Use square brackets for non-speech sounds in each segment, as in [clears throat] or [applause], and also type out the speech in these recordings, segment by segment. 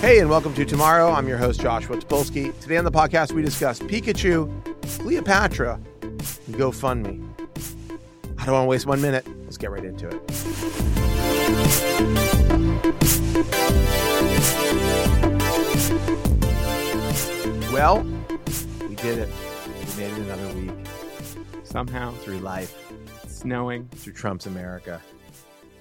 Hey, and welcome to Tomorrow. I'm your host, Joshua Topolsky. Today on the podcast, we discuss Pikachu, Cleopatra, and GoFundMe. I don't want to waste one minute. Let's get right into it. Well, we did it. We made it another week somehow. through life, It's snowing. through Trump's America.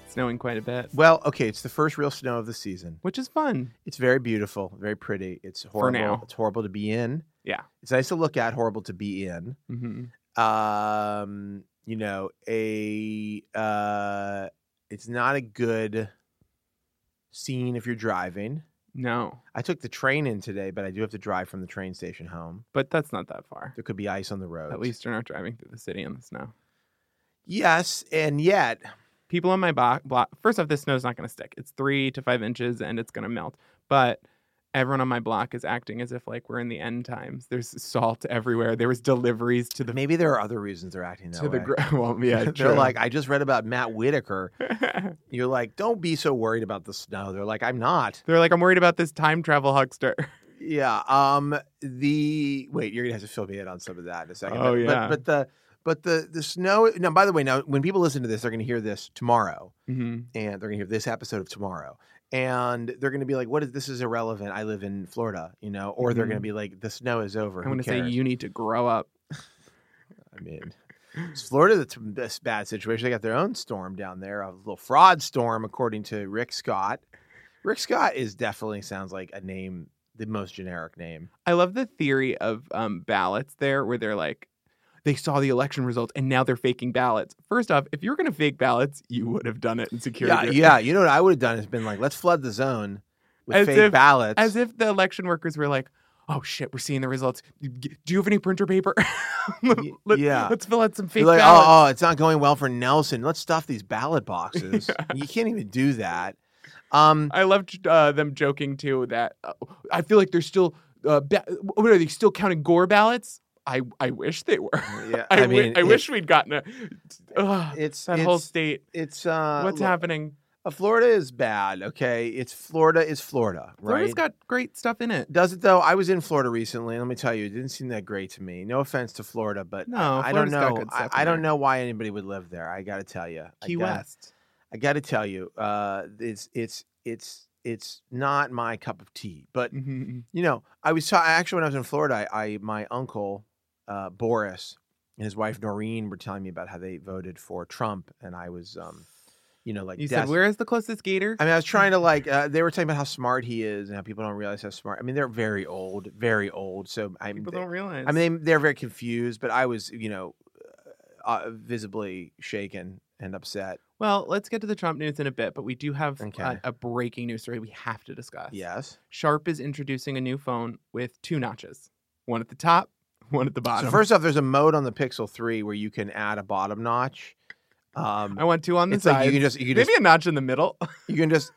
It's snowing quite a bit, Well, okay, it's the first real snow of the season. which is fun. It's very beautiful, very pretty. It's horrible. now. It's horrible to be in. Yeah. It's nice to look at, horrible to be in. hmm um you know a uh it's not a good scene if you're driving No, i took the train in today but i do have to drive from the train station home but that's not that far. there could be ice on the road At least you're not driving through the city in the snow. yes and yet People on my bo- block. First off, this snow's not going to stick. It's three to five inches, and it's going to melt. But everyone on my block is acting as if like we're in the end times. There's salt everywhere. There was deliveries to the maybe there are other reasons they're acting that [laughs] to the way. gro- [laughs] well, yeah. they're true. like [laughs] i just read about matt whitaker you're like don't be so worried about the snow they're like i'm not they're like I'm worried about this time travel huckster. Yeah. Um. The wait, you're gonna have to fill me in on some of that in a second. Oh, but, yeah. But, but the but the the snow. Now, by the way, now when people listen to this, they're gonna hear this tomorrow, [laughs] hmm and they're gonna hear this episode of tomorrow, and they're gonna be like, "What is this? Is irrelevant? I live in Florida, you know." Or they're gonna Mhm. be like, "The snow is over." I Who want to say cares?" you need to grow up. I mean. It's Florida that's in this bad situation. They got their own storm down there, a little fraud storm, according to Rick Scott. Rick Scott is definitely sounds like a name, the most generic name. I love the theory of um, ballots there, where they're like, they saw the election results and now they're faking ballots. First off, if you were going to fake ballots, you would have done it and secured Yeah, your- [laughs] yeah. You know what I would have done is been like, let's flood the zone with As fake if- ballots. As if the election workers were like, oh shit, we're seeing the results. G- Do you have any printer paper? [laughs] Y- yeah. Let's fill out some You're fake like, ballots. oh, oh, it's not going well for Nelson. Let's stuff these [laughs] ballot boxes. You can't even do that. Um, I loved uh, them joking too that uh, I feel like they're still, uh, ba- what are they, still counting Gore ballots? I, I wish they were. yeah, [laughs] I, I, wi- mean, I it- wish we'd gotten a. Ugh, it's that it's, whole state. it's uh, What's look, happening? uh, Florida is bad. Okay, it's Florida is Florida, right? Florida's got great stuff in it. Does it though? I was in Florida recently. and Let me tell you, it didn't seem that great to me. No offense to Florida, but No, I don't Florida's got know. good I, stuff I in don't there. know why anybody would live there. I got to tell you, I Key gotta- West. I got to tell you, uh, it's it's it's it's not my cup of tea. But Mhm. you know, I was ta- actually when I was in Florida, I, I my uncle uh, Boris and his wife Noreen were telling me about how they voted for Trump, and I was, um, you know, like You des- said, "Where is the closest gator?" I mean, I [laughs] was trying to like. Uh, they were talking about how smart he is and how people don't realize how smart. I mean, they're very old, very old. So I'm. People don't realize. I mean, they're very confused, but I was, you know, uh, visibly shaken and upset. well, let's get to the Trump news in a bit, but we do have Okay. uh, a breaking news story we have to discuss. Yes. Sharp is introducing a new phone with two notches, one at the top, one at the bottom. So first off, there's a mode on the Pixel 3 where you can add a bottom notch. Um, I want two on the it's like you side, can just you can maybe just a notch in the middle. [laughs] you can just.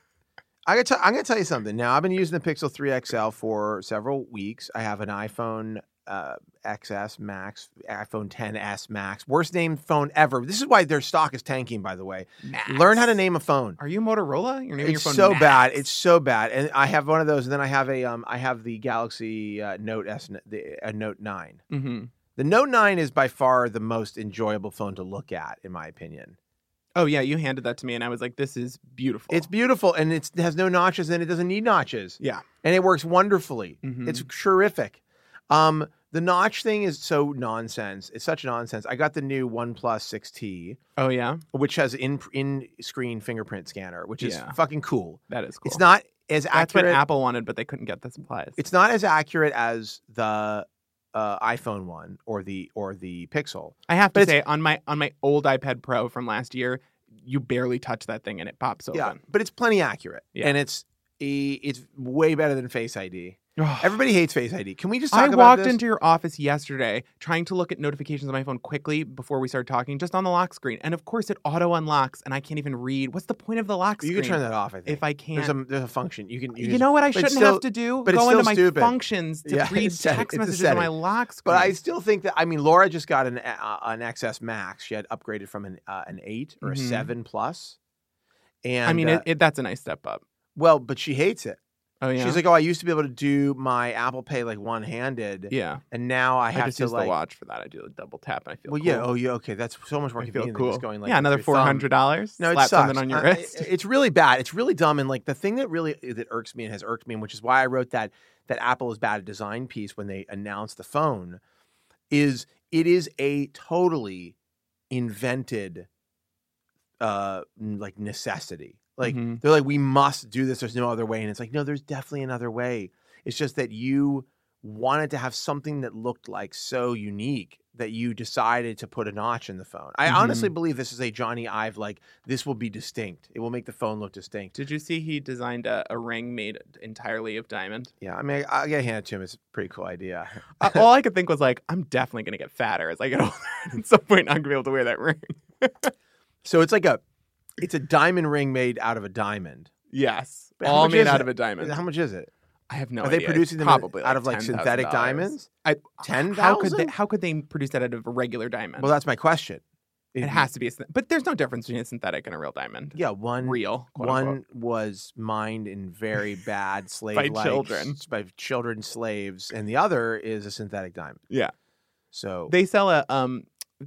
I gotta tell, I'm gonna tell you something. Now I've been using the Pixel 3 XL for several weeks. I have an iPhone uh, XS Max, iPhone 10s Max, worst named phone ever. This is why their stock is tanking. By the way, learn how to Max. name a phone. Are you Motorola? You're naming It's your phone so bad. Max. It's so bad. And I have one of those, and then I have a um, I have the Galaxy uh, Note S, the uh, Note 9. Mhm. The Note 9 is by far the most enjoyable phone to look at, in my opinion. Oh yeah, you handed that to me, and I was like, "This is beautiful." It's beautiful and it's, it has no notches and it doesn't need notches. Yeah. And it works wonderfully. Mhm. It's terrific. Um, the notch thing is so nonsense. It's such nonsense. I got the new OnePlus 6T, oh yeah, which has in in screen fingerprint scanner, which is Yeah. fucking cool. that is cool. It's not as That's accurate. what Apple wanted, but they couldn't get the supplies. it's not as accurate as the uh, iPhone one or the or the Pixel. I have But to it's- say, on my on my old iPad Pro from last year, you barely touch that thing and it pops open. Yeah, but it's plenty accurate, Yeah. and it's e- it's way better than Face ID. [sighs] Everybody hates Face ID. Can we just talk I about walked this? into your office yesterday trying to look at notifications on my phone quickly before we started talking, just on the lock screen. And of course, it auto unlocks, and I can't even read. What's the point of the lock You screen? can turn that off. I think if I can't. there's a there's a function you can. You, you just- know what I but shouldn't it's have still- to do? but it's Go into still my stupid. functions to Yeah, read it's a setting. text It's a messages on my setting. lock screen. But I still think that I mean Laura just got an uh, an XS Max. She had upgraded from an uh, an eight or Mhm. a seven plus. And I mean, uh, it, it, that's a nice step up. well, but she hates it. Oh yeah, She's like, oh, I used to be able to do my Apple Pay like one handed, yeah. and now I I, have just to use like. the watch for that. I do a double tap and I feel Well, cool. yeah. Oh, yeah. Okay, that's so much more I feel convenient. than cool. just going like yeah, with another your four thumb. hundred dollars. No, it slap sucks. Uh, something on your I- I- wrist. it's really bad. It's really dumb. And like the thing that really that irks me and has irked me, and which is why I wrote that that Apple is bad at design piece when they announced the phone, is it is a totally invented uh n- like necessity. Like Mhm. they're like, we must do this. There's no other way. And it's like, no, there's definitely another way. It's just that you wanted to have something that looked like so unique that you decided to put a notch in the phone. I Mhm. honestly believe this is a Johnny Ive like this will be distinct. It will make the phone look distinct. [laughs] Did you see he designed a, a ring made entirely of diamond? Yeah, I mean, I, I gotta hand it to him. It's a pretty cool idea. [laughs] Uh, all I could think was like, I'm definitely gonna get fatter as I get [laughs] older. At some point, I'm gonna be able to wear that ring. So it's like a, it's a diamond ring made out of a diamond. Yes, But how all much made is out it? of a diamond. How much is it? I have no Are idea. they producing them Probably out of like $10,000. synthetic diamonds? I- Ten How could they? thousand? How could they produce that out of a regular diamond? Well, that's my question. it has to be a syn- but there's no difference between a synthetic and a real diamond Yeah, one real quote one unquote. was mined in [laughs] very bad slave children. by children slaves, and the other is a synthetic diamond. Yeah. So they sell a um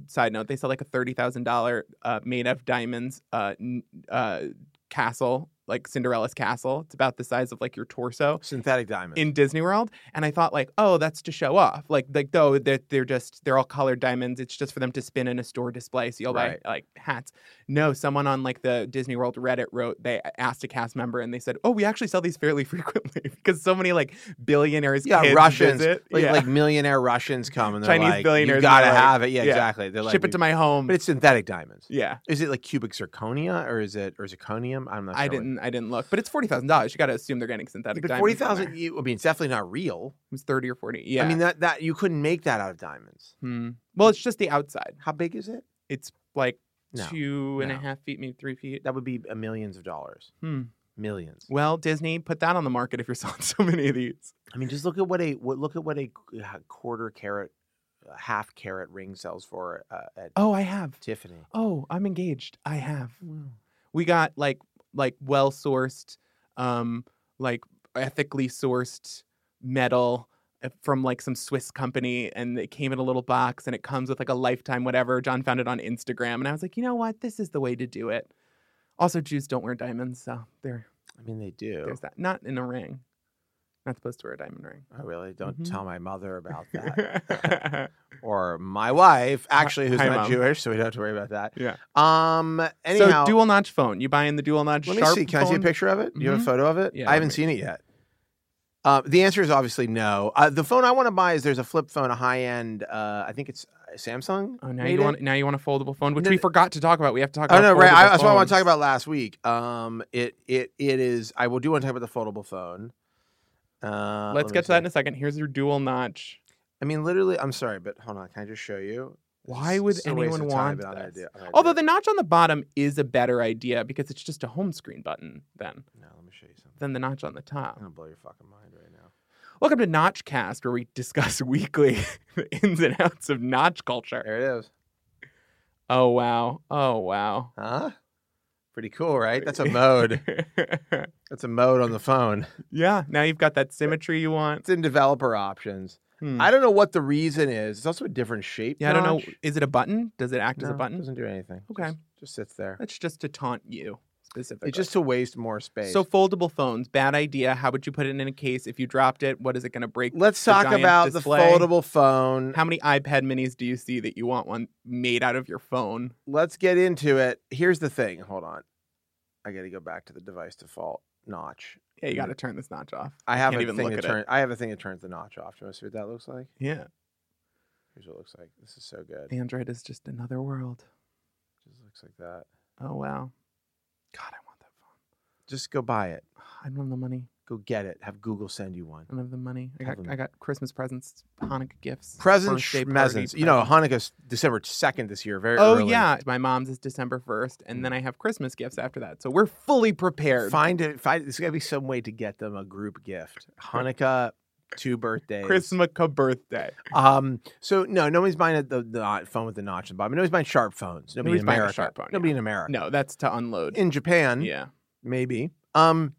side note they sell like a $30000 uh, made of diamonds uh, n- uh, castle like cinderella's castle it's about the size of like your torso synthetic diamonds. in disney world and i thought like oh that's to show off like like though they're, they're just they're all colored diamonds it's just for them to spin in a store display so you'll Right. buy like hats no someone on like the disney world reddit wrote they asked a cast member and they said oh we actually sell these fairly [laughs] frequently because so many like billionaires Yeah, kids Russians, visit. like, yeah. like millionaire Russians come and they're Chinese like, billionaires you and gotta they're like, have it. Yeah, yeah, exactly. They're like, ship it "We-" to my home But it's synthetic diamonds. yeah Is it like cubic zirconia or is it or zirconium? I'm not. sure I what- didn't. I didn't look, but it's forty thousand dollars. You got to assume they're getting synthetic. But diamonds forty in there. thousand. I mean, it's definitely not real. It was thirty or forty. Yeah. I mean that that you couldn't make that out of diamonds. Hmm. well, it's just the outside. How big is it? It's like No, two and a half no. feet, maybe three feet. That would be uh, millions of dollars. Hmm. Millions. Well, Disney put that on the market if you're [laughs] selling so many of these. I mean, just look at what a what, look at what a qu- uh, quarter carat, uh, half carat ring sells for uh, at Oh, I have. Tiffany. Oh, I'm engaged. I have. We got like like well sourced, um, like ethically sourced metal uh, from like some Swiss company, and it came in a little box, and it comes with like a lifetime whatever. John found it on Instagram, and I was like, you know what, this is the way to do it. Also, Jews don't wear diamonds, so there, I mean, they do. there's that. Not in a ring. Not supposed to wear a diamond ring. I really don't Mhm. tell my mother [laughs] about that, [laughs] or my wife, actually, who's hi, not Mom. Jewish, so we don't have to worry about that. yeah. Um. Anyhow, so dual notch phone. You buy in the dual notch let me sharp see. Can I see a phone? picture of it? Do you have a Mhm. photo of it? Yeah, I let haven't me- seen it yet. Uh, the answer is obviously no. Uh, the phone I want to buy is there's a flip phone, a high end. Uh, I think it's Samsung. Oh, now made you it. want now you want a foldable phone, which No, we th- forgot to talk about. We have to talk. Oh about no, right. I, foldable that's what I want to talk phones. about last week. Um, it it it is. I will do want to talk about the foldable phone. Uh, let Let's me get to that in see. a second. Here's your dual notch. I mean, literally. I'm sorry, but hold on. Can I just show you? Why It's- would it's a waste anyone of time, want but I'm gonna this? do it. I'm gonna do Although it. the notch on the bottom is a better idea because it's just a home screen button then no, let me show you something. than the notch on the I'm top. gonna blow your fucking mind right now. Welcome to Notchcast, where we [laughs] discuss weekly [laughs] the ins and outs of notch culture. There it is. Oh wow! Oh wow! Huh? Pretty cool, right? That's [laughs] a mode. That's a mode on the phone. [laughs] yeah. Now you've got that symmetry you want. It's in developer options. Hmm. I don't know what the reason is. It's also a different shape. yeah, I don't know. notch. Is it a button? Does it act as a No, button? Doesn't do anything. Okay. Just, just sits there. That's just to taunt you specifically. It's just to waste more space. So foldable phones, bad idea. How would you put it in a case? If you dropped it, what is it going to break? Let's the talk giant about display. the foldable phone. How many iPad minis do you see that you want one made out of your phone? Let's get into it. Here's the thing. Hold on. I got to go back to the device default notch. Yeah, you got to Mm. turn this notch off. I have can't a even thing look that at it. turn. I have a thing that turns the notch off. Do you want to see what that looks like? Yeah, Here's what it looks like. This is so good. Android is just another world. just looks like that. Oh wow, God, I want that phone. [sighs] Just go buy it. I don't have the money. Go get it. Have Google send you one. I don't have the money. I Have got, them. I got Christmas presents, Hanukkah gifts, Presents, birthday party schmezins. You know, Hanukkah's December second this year. Very. Oh early. Mm. yeah, my mom's is December first, and then I have Christmas gifts after that. So we're fully prepared. Find it. Find. There's got to be some way to get them a group gift. Hanukkah, two birthdays. Christmas birthday. Um. So no, nobody's buying a, the, the not- phone with the notch at the bottom. Nobody's buying sharp phones. Nobody Nobody's in buying a America. sharp phone, Nobody yeah. in America. No, that's to unload. In Japan, yeah, maybe. Um,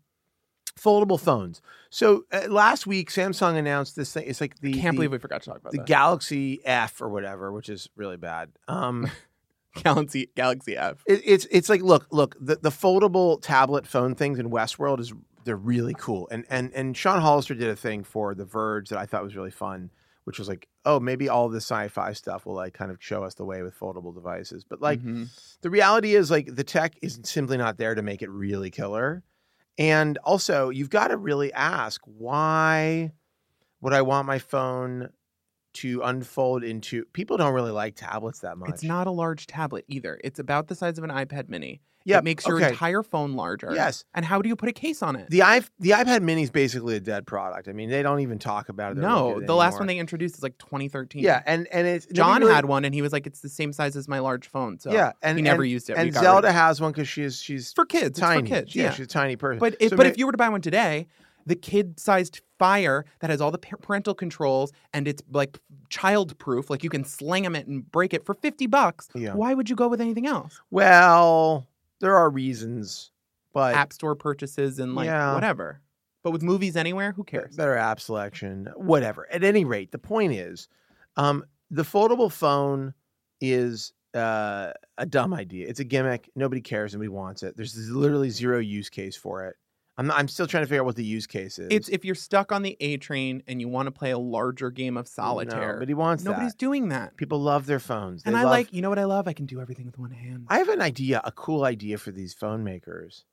foldable phones. So uh, last week, Samsung announced this thing. It's like the can't the, believe we forgot to talk about the that. Galaxy F or whatever, which is really bad. Um, [laughs] Galaxy Galaxy F. it, it's it's like look look the, the foldable tablet phone things in Westworld is they're really cool and and and Sean Hollister did a thing for The Verge that I thought was really fun, which was like oh maybe all the sci-fi stuff will like kind of show us the way with foldable devices, but like Mhm. the reality is like the tech is simply not there to make it really killer. And also, you've got to really ask why would I want my phone to unfold into people don't really like tablets that much. it's not a large tablet either. It's about the size of an iPad Mini. Yeah, it makes your okay. entire phone larger. Yes. And how do you put a case on it? The i the iPad mini is basically a dead product. I mean, they don't even talk about it. They don't no, the look at it last one anymore. they introduced is like 2013. Yeah, and and it's nobody John really- had one, and he was like, "It's the same size as my large phone." So yeah, and he never and, used it. We and got rid of Zelda it. has one because she's she's It's for kids. tiny. It's for kids. yeah, Yeah. she's a tiny person. But if, So but may- if you were to buy one today, the kid sized fire that has all the par- parental controls and it's like child proof, like you can slam it and break it for 50 bucks. Yeah. Why would you go with anything else? well, there are reasons, but App store purchases and like Yeah. whatever. But with movies anywhere, who Be- cares? Better app selection, whatever. At any rate, the point is, um, the foldable phone is uh, a dumb idea. It's a gimmick. Nobody cares. Nobody wants it. There's literally zero use case for it. I'm, not, I'm still trying to figure out what the use case is. it's if you're stuck on the A train and you want to play a larger game of No, solitaire. but he wants Nobody's that. doing that. People love their phones. They and I love- like, you know what I love? I can do everything with one hand. I have an idea, a cool idea for these phone makers.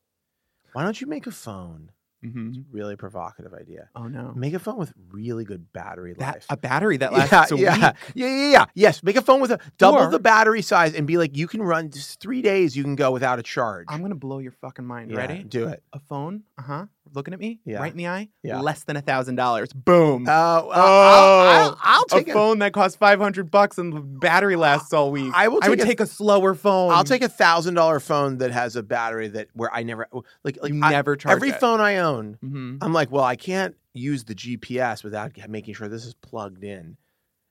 Why don't you make a phone? mm-hmm. Really provocative idea. Oh no. Make a phone with really good battery That life. a battery that lasts a yeah, week. yeah, yeah, yeah. Yes, make a phone with a double Or- the battery size and be like, you can run just three days. You can go without a charge. I'm gonna blow your fucking mind. Yeah, Ready? Do it. a phone, uh huh, looking at me, Yeah. right in the eye, Yeah. less than a thousand dollars. Boom. Oh, I'll- I'll, I'll, Oh, I'll take a a phone that costs five hundred bucks and the battery lasts all week. I will I would take a- take a slower phone. I'll take a thousand dollar phone that has a battery that where I never like like you I- never charge every phone I own. hmm I'm like, well, I can't use the GPS without making sure this is plugged in.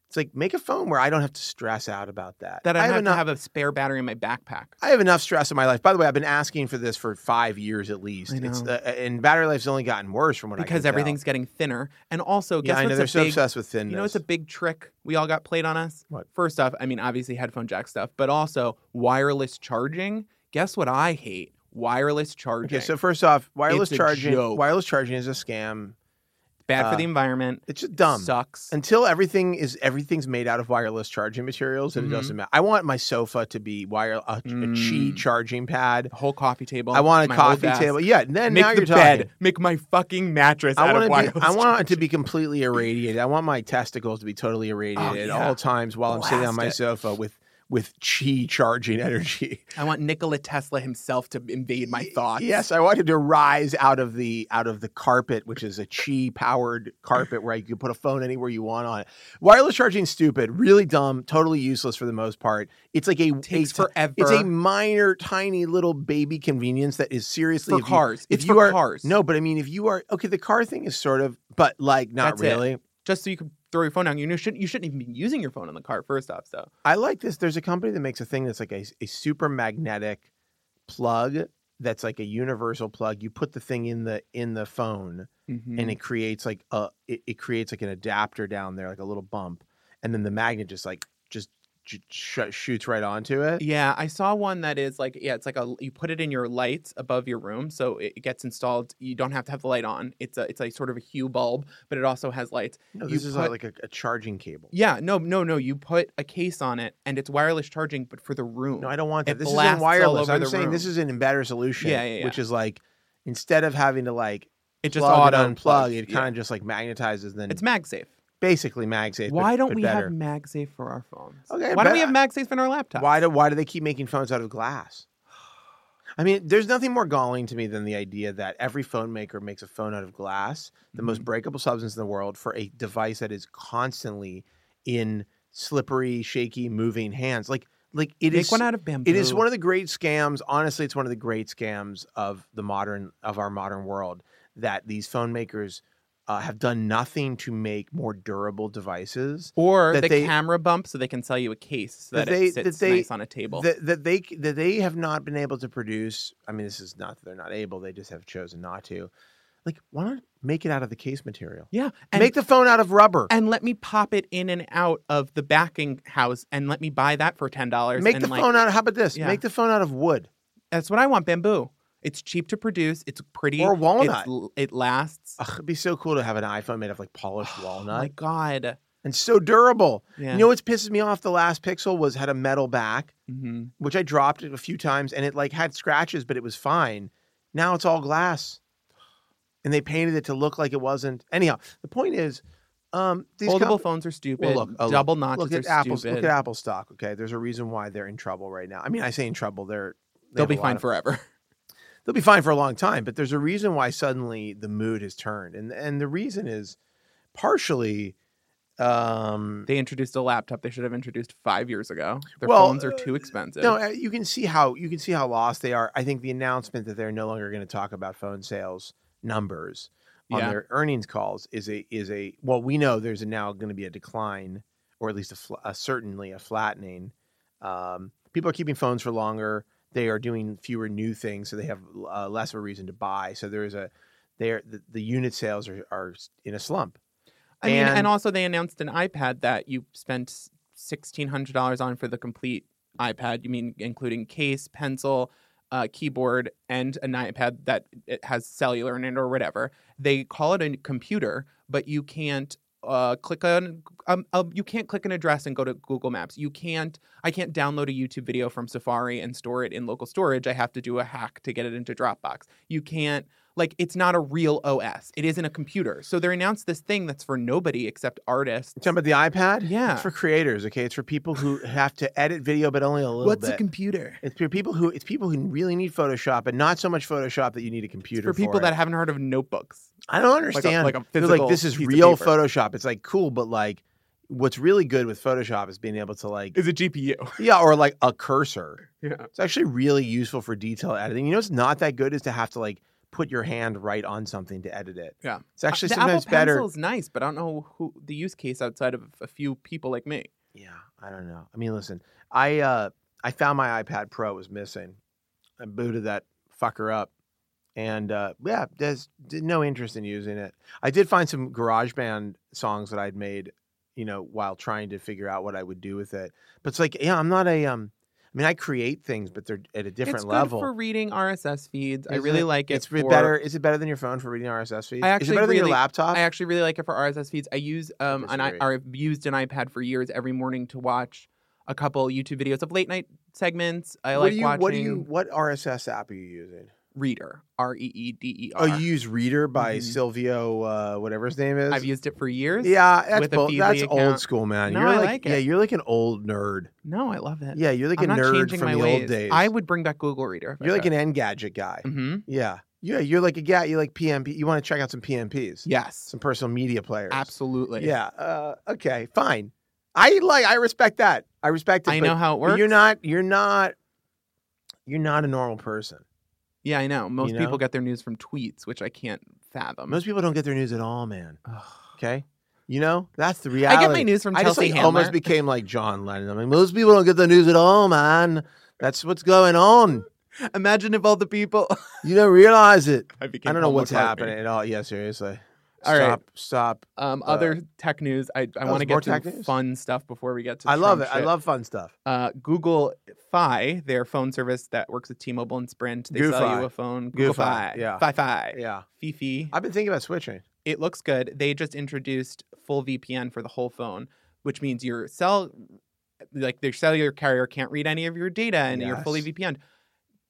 It's like make a phone where I don't have to stress out about that. That I, have, enough. to have a spare battery in my backpack. I have enough stress in my life. By the way, I've been asking for this for five years at least. I It's know. uh, and battery life's only gotten worse from what I can Because tell. everything's getting thinner, and also guess yeah, I know what's they're a so big, obsessed with thinness. you know, it's a big trick we all got played on us. What? First off, I mean, obviously headphone jack stuff, but also wireless charging. Guess what I hate? Wireless charging. okay. So first off, wireless It's a charging. joke. Wireless charging is a scam. bad uh, for the environment. It's just dumb. Sucks. Until everything is everything's made out of wireless charging materials, and Mhm. it doesn't matter. I want my sofa to be wire a, a Qi Mm. charging pad. the whole coffee table. I want a my whole coffee desk. table. Yeah. And then make now the you're bed. talking. Make my fucking mattress I out of want wireless. [laughs] to be, I want it to charging. be completely irradiated. I want my testicles to be totally irradiated at yeah. all times while I'm sitting on Blast my it. sofa with with chi charging [laughs] energy. I want Nikola Tesla himself to invade my thoughts. Yes, I wanted to rise out of the out of the carpet, which is a chi powered carpet where you can put a phone anywhere you want on it. Wireless charging stupid, really dumb, totally useless for the most part. It's like a takes a- forever. It's a minor, tiny little baby convenience that is seriously for if you- cars. if it's you for are- cars. No, but I mean, if you are okay, the car thing is sort of, but like not That's it. really. just so you can throw your phone down. You know, shouldn't you shouldn't even be using your phone in the car. First off, so I like this. There's a company that makes a thing that's like a, a super magnetic plug that's like a universal plug. You put the thing in the in the phone Mm-hmm. and it creates like a it, it creates like an adapter down there, like a little bump, and then the magnet just like just j- sh- shoots right onto it. yeah, I saw one that is like yeah, it's like a you put it in your lights above your room, so it gets installed. You don't have to have the light on. It's a it's a sort of a hue bulb, but it also has lights. No, You this is a- put- like a, a charging cable. Yeah, no, no, no. You put a case on it, and it's wireless charging, but for the room. No, I don't want It that. This isn't blasts all wireless. over I'm the saying this room. is an better solution, Yeah, yeah, yeah. which is like instead of having to like it just plug auto and unplug, plugs. it Yeah. kind of just like magnetizes. and Then It's MagSafe. basically MagSafe. but- Why but don't we better. have MagSafe for our phones? Okay, Why don't but we have I- MagSafe in our laptop? Why do why do they keep making phones out of glass? I mean, there's nothing more galling to me than the idea that every phone maker makes a phone out of glass, the Mm-hmm. most breakable substance in the world, for a device that is constantly in slippery, shaky, moving hands. Like, like it is. Make one out of bamboo. It is one of the great scams. Honestly, it's one of the great scams of the modern of our modern world that these phone makers uh, have done nothing to make more durable devices. or that the they- camera bump, so they can sell you a case so that that, they- it that sits they- nice on a table. That, that they that they have not been able to produce. I mean, this is not that they're not able; they just have chosen not to. Like, why not make it out of the case material? yeah, and make the phone out of rubber. and let me pop it in and out of the backing house, and let me buy that for ten dollars. Make and the like, phone out. How about this? Yeah. Make the phone out of wood. That's what I want. Bamboo. It's cheap to produce. It's pretty. Or it's walnut. l- it lasts. Ugh, it'd be so cool to have an iPhone made of like [sighs] polished Oh my walnut god. and so durable. Yeah. You know what's pisses me off? The last Pixel was had a metal back, Mhm. which I dropped it a few times, and it like had scratches, but it was fine. Now it's all glass, and they painted it to look like it wasn't. Anyhow, the point is, um, these Foldable comp- phones are stupid. Well, look, oh, look, Double notches look at are Apple. stupid. Look at Apple stock. Okay, there's a reason why they're in trouble right now. I mean, I say in trouble. They're they They'll have a be lot fine of- [laughs] forever. they'll be fine for a long time. But there's a reason why suddenly the mood has turned, and and the reason is partially. Um, they introduced a laptop they should have introduced five years ago. Their Well, phones are uh, too expensive. no, uh, you can see how you can see how lost they are. I think the announcement that they're no longer going to talk about phone sales numbers on Yeah. their earnings calls is a is a well, we know there's now going to be a decline, or at least a, fl- a certainly a flattening. Um, people are keeping phones for longer. They are doing fewer new things, so they have uh, less of a reason to buy. So there is a there the, the unit sales are, are in a slump. I mean, and, and- also they announced an iPad that you spent sixteen hundred dollars on for the complete iPad. You mean including case, pencil, uh, keyboard, and an iPad that it has cellular in it or whatever. They call it a computer, but you can't uh, click on um, uh, you can't click an address and go to Google Maps. You can't. I can't download a YouTube video from Safari and store it in local storage. I have to do a hack to get it into Dropbox. You can't like it's not a real OS. It isn't a computer. So they announced this thing that's for nobody except artists. You talking about the iPad? Yeah. it's for creators. Okay, it's for people [sighs] who have to edit video, but only a little What's bit. a computer? It's for people who it's people who really need Photoshop, and not so much Photoshop that you need a computer for people it. that haven't heard of notebooks. I don't Like a, understand. like a They're physical this is piece of real paper. Photoshop. It's like cool, but like what's really good with Photoshop is being able to like Is a GPU. [laughs] yeah, or like a cursor. Yeah. It's actually really useful for detail editing. You know, it's not that good is to have to like put your hand right on something to edit it. Yeah. Uh, it's actually the sometimes Apple better. Pencil's nice, but I don't know who the use case outside of a few people like me. Yeah, I don't know. I mean, listen, I uh I found my iPad Pro was missing. I booted that fucker up, and uh, yeah, there's d- no interest in using it. I did find some GarageBand songs that I'd made, you know, while trying to figure out what I would do with it. But it's like, yeah, I'm not a um. I mean, I create things, but they're at a different it's level. good for reading RSS feeds. I Isn't really it? like it. it's re- for- better. Is it better than your phone for reading RSS feeds? is it I actually better than really- your laptop? I actually really like it for RSS feeds. I use um an I, disagree. or I've used an iPad for years every morning to watch a couple YouTube videos of late night segments. I what like do you? watching What do you? What RSS app are you using? Reader. R E E D E Oh, R. you use Reader by Mhm. Silvio, uh, whatever his name is. I've used it for years. yeah, that's, with a bull- Feedly that's old account. school, man. No, you're I like, like yeah, it. you're like an old nerd. No, I love it. Yeah, you're like I'm a not nerd changing from my the ways. old days. I would bring back Google Reader. you're [laughs] like an Engadget guy. hmm Yeah, yeah, you're like a guy. You like PMP. You want to check out some PMPs, Yes, some personal media players. absolutely. Yeah. Uh, okay. Fine. I like. I respect that. I respect it. I but- know how it but works. You're not. You're not. You're not a normal person. Yeah, I know. You Most know? people get their news from tweets, which I can't fathom. Most people don't get their news at all, man. Ugh. Okay. You know that's the I reality. get my news from I just Chelsea like, Handler. almost became like John Lennon. I mean, most people don't get the news at all, man. That's what's going on. Imagine if all the people. You don't realize it. I, [laughs] became I don't know Paul what's McCartney. happening at all. Yeah, seriously. All Stop. right. Stop. Um, Uh, other tech news. I, I oh, want there's to more get tech to news? fun stuff before we get to. I love it. Trump I shit. love fun stuff. uh, Google Fi, their phone service that works with T-Mobile and Sprint. They Goofy. sell you a phone. Google Goofy, Fi. yeah. Fi Fi. Yeah, Fifi. I've been thinking about switching. it looks good. They just introduced full VPN for the whole phone, which means your cell, like their cellular carrier, can't read any of your data, and you're fully Yes. VPN.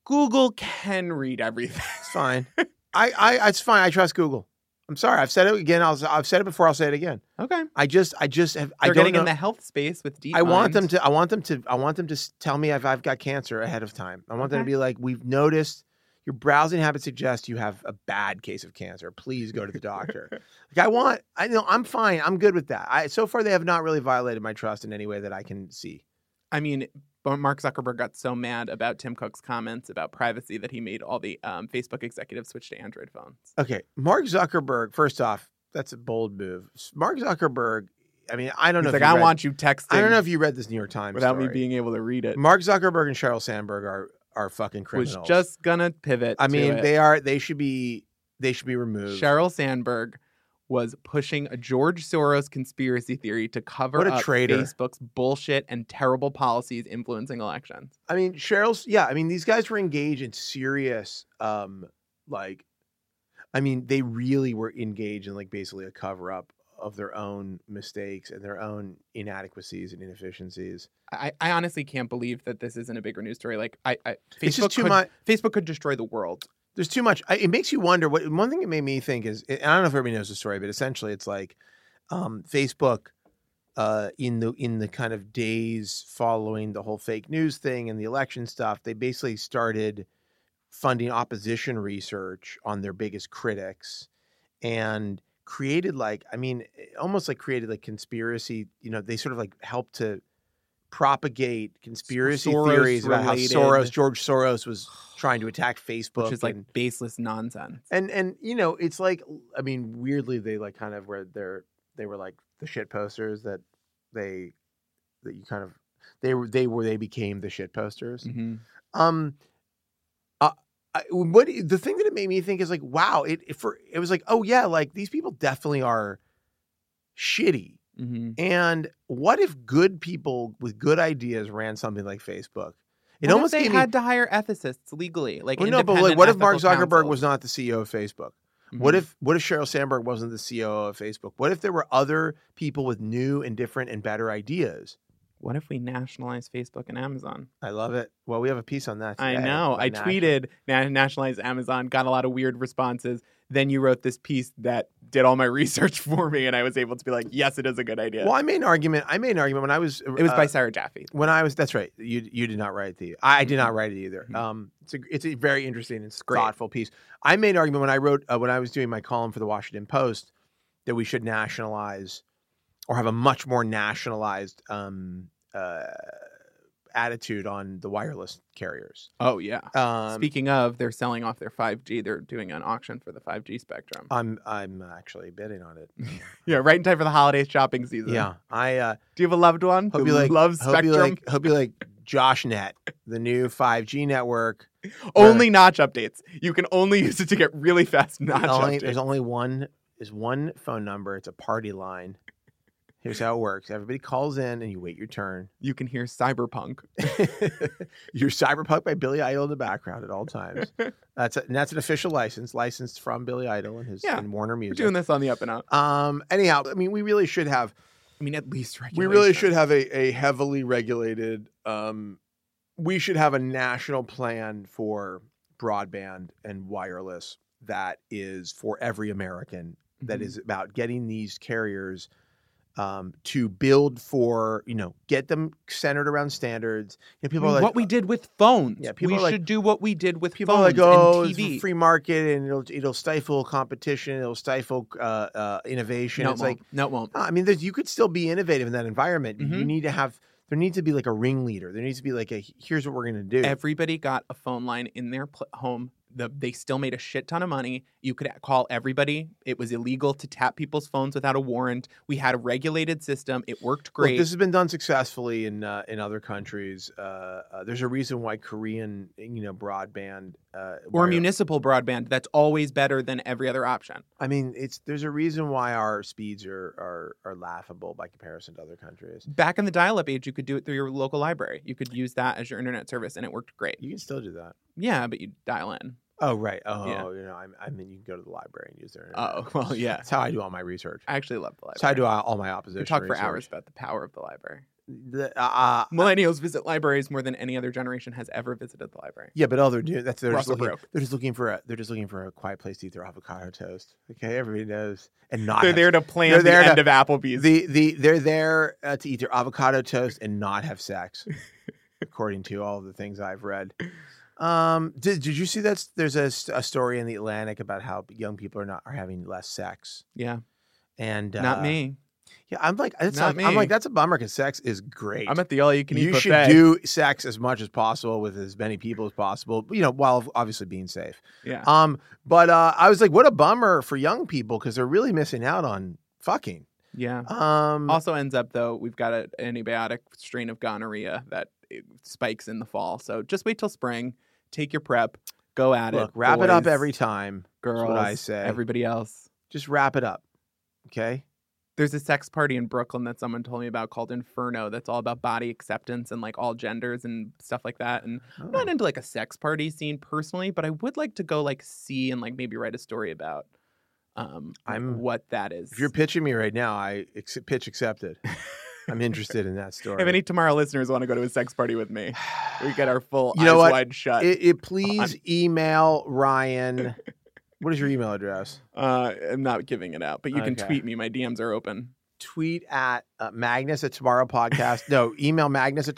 Google can read everything. [laughs] It's fine. I, I, it's fine. I trust Google. I'm sorry. I've said it again. I'll, I've said it before. I'll say it again. Okay. I just, I just have. I They're don't getting know. in the health space with deep. I want them mind. to. I want them to. I want them to s- tell me if I've got cancer ahead of time. I want them to Okay. be like, "We've noticed your browsing habits suggest you have a bad case of cancer. Please go to the doctor." like I want. I know I'm fine. I'm good with that. I so far they have not really violated my trust in any way that I can see. I mean, but Mark Zuckerberg got so mad about Tim Cook's comments about privacy that he made all the um, Facebook executives switch to Android phones. Okay, Mark Zuckerberg. First off, that's a bold move. S- Mark Zuckerberg. I mean, I don't He's know. like, if you I read- want you texting. I don't know if you read this New York Times [laughs] without me story. being able to read it. Mark Zuckerberg and Sheryl Sandberg are are fucking was criminals. just gonna pivot. I to mean, it. they are. They should be. They should be removed. Sheryl Sandberg was pushing a George Soros conspiracy theory to cover What a up traitor. Facebook's bullshit and terrible policies influencing elections. I mean, Cheryl's. Yeah, I mean, these guys were engaged in serious, um, like, I mean, they really were engaged in like basically a cover up of their own mistakes and their own inadequacies and inefficiencies. I, I honestly can't believe that this isn't a bigger news story. Like, I, I Facebook it's just too could, much. Facebook could destroy the world. There's too much. I, it makes you wonder. What one thing it made me think is, and I don't know if everybody knows the story, but essentially, it's like um, Facebook uh, in the in the kind of days following the whole fake news thing and the election stuff, they basically started funding opposition research on their biggest critics and created like I mean eh, almost like created like conspiracy. You know, they sort of like helped to propagate conspiracy Soros theories about how related- Soros, George Soros, was trying to attack Facebook, Which is like and, baseless nonsense. and and you know it's like I mean weirdly they like kind of were they're they were like the shit posters that they that you kind of they were they were they became the shit posters. Mhm. Um, uh, I, what the thing that it made me think is like wow it, it for it was like oh yeah like these people definitely are shitty Mhm. and what if good people with good ideas ran something like Facebook? It What if almost they gave me- had to hire ethicists legally. Like, well, no, but like, what if Mark Zuckerberg was not? not the CEO of Facebook? Mm-hmm. What if what if Sheryl Sandberg wasn't the CEO of Facebook? What if there were other people with new and different and better ideas? What if we nationalize Facebook and Amazon? I love it. Well, we have a piece on that. I today, know. on I Nash- tweeted na- nationalize Amazon, got a lot of weird responses. Then you wrote this piece that did all my [laughs] research for me, and I was able to be like, yes, it is a good idea. Well, I made an argument. I made an argument when I was. It was uh, by Sarah Jaffe. when I was. That's right. You you did not write the. I did not write it either. Mhm. Um, it's a it's a very interesting and Great. thoughtful piece. I made an argument when I wrote uh, when I was doing my column for the Washington Post that we should nationalize or have a much more nationalized um, uh, attitude on the wireless carriers. Oh, yeah. Um, Speaking of, they're selling off their 5G. They're doing an auction for the 5G spectrum. I'm I'm actually bidding on it. yeah, right in time for the holiday shopping season. Yeah, I uh, Do you have a loved one hope who you like loves hope you spectrum? like hope you like JoshNet, the new 5G network. only notch updates. You can only [laughs] use it to get really fast notch Only- updates. there's only one there's one phone number. It's a party line. Here's how it works: everybody calls in, and you wait your turn. [laughs] you can hear cyberpunk. You're cyberpunk by Billy Idol in the background at all times. That's a, and that's an official license, licensed from Billy Idol and his Yeah, and Warner We're Music. doing this on the up and up. Um. Anyhow, I mean, we really should have I mean, at least we really regulation. should have a, a heavily regulated um we should have a national plan for broadband and wireless that is for every american that Mhm. is about getting these carriers um, to build for you know get them centered around standards you know, people I are mean, like Mm, what we did with phones. Yeah, people we are like- should do what we did with people are phones like oh and it's a TV. free market and it'll it'll stifle competition it'll stifle uh, uh, innovation no, it it's like won't. no, it won't. No, I mean, there's, you could still be innovative in that environment. You Mhm. need to have there needs to be like a ringleader. There needs to be like a here's what we're gonna do. Everybody got a phone line in their pl- home. The, they still made a shit ton of money. You could call everybody. It was illegal to tap people's phones without a warrant. We had a regulated system. It worked Look, great. this has been done successfully in uh, in other countries. Uh, uh, there's a reason why Korean you know broadband uh, or wire- municipal broadband. That's always better than every other option. I mean, it's there's a reason why our speeds are are, are laughable by comparison to other countries. Back in the dial-up age, you could do it through your local library. You could use that as your internet service, and it worked great. You can still do that. Yeah, but you dial in. Oh right. Oh, Yeah. you know, I, I mean, you can go to the library and use their. internet. Oh, [laughs] well, yeah. That's how I do all my research. I actually love the library. That's how I do all all my We opposition. could talk for research. hours about the power of the library. The, uh, uh, Millennials visit libraries more than any other generation has ever visited the library. yeah, but all they're doing that's they're just Russell looking, Brooke. they're just looking for a they're just looking for a quiet place to eat their avocado toast. Okay, everybody knows and not They're have there to They're plan the there to- end of Applebee's. the the they're there uh, to eat their avocado toast and not have [laughs] sex, according to all the things I've read. Um, did did you see that there's a, s- a story in the Atlantic about how young people are not are having less sex yeah, and uh, not me. Yeah, I'm like it's Not like- I'm like me. that's a bummer because sex is great. I'm at the all you can eat you buffet. should do sex as much as possible with as many people as possible. You know, while obviously being safe. yeah, Um, but uh, I was like, what a bummer for young people because they're really missing out on fucking. yeah. Um, Also ends up though we've got an antibiotic strain of gonorrhea that it spikes in the fall. So just wait till spring. Take your prep. Go at look, it. wrap it up boys, every time. girls. what I say. Everybody else. Just wrap it up. Okay. There's a sex party in Brooklyn that someone told me about called Inferno. That's all about body acceptance and like all genders and stuff like that. And Oh. I'm not into like a sex party scene personally, but I would like to go like see and like maybe write a story about um like, I'm- what that is. Oh. If you're pitching me right now, I ex- pitch accepted. I'm interested [laughs] in that story. if any tomorrow listeners want to go to a sex party with me, we get our full You know eyes what? wide shut. Uh, it, it please email [laughs] Ryan. what is your email address? Uh, I'm not giving it out, but you can Okay. tweet me. My DMs are open. tweet at uh, Magnus at Tomorrow Podcast. no, email Magnus at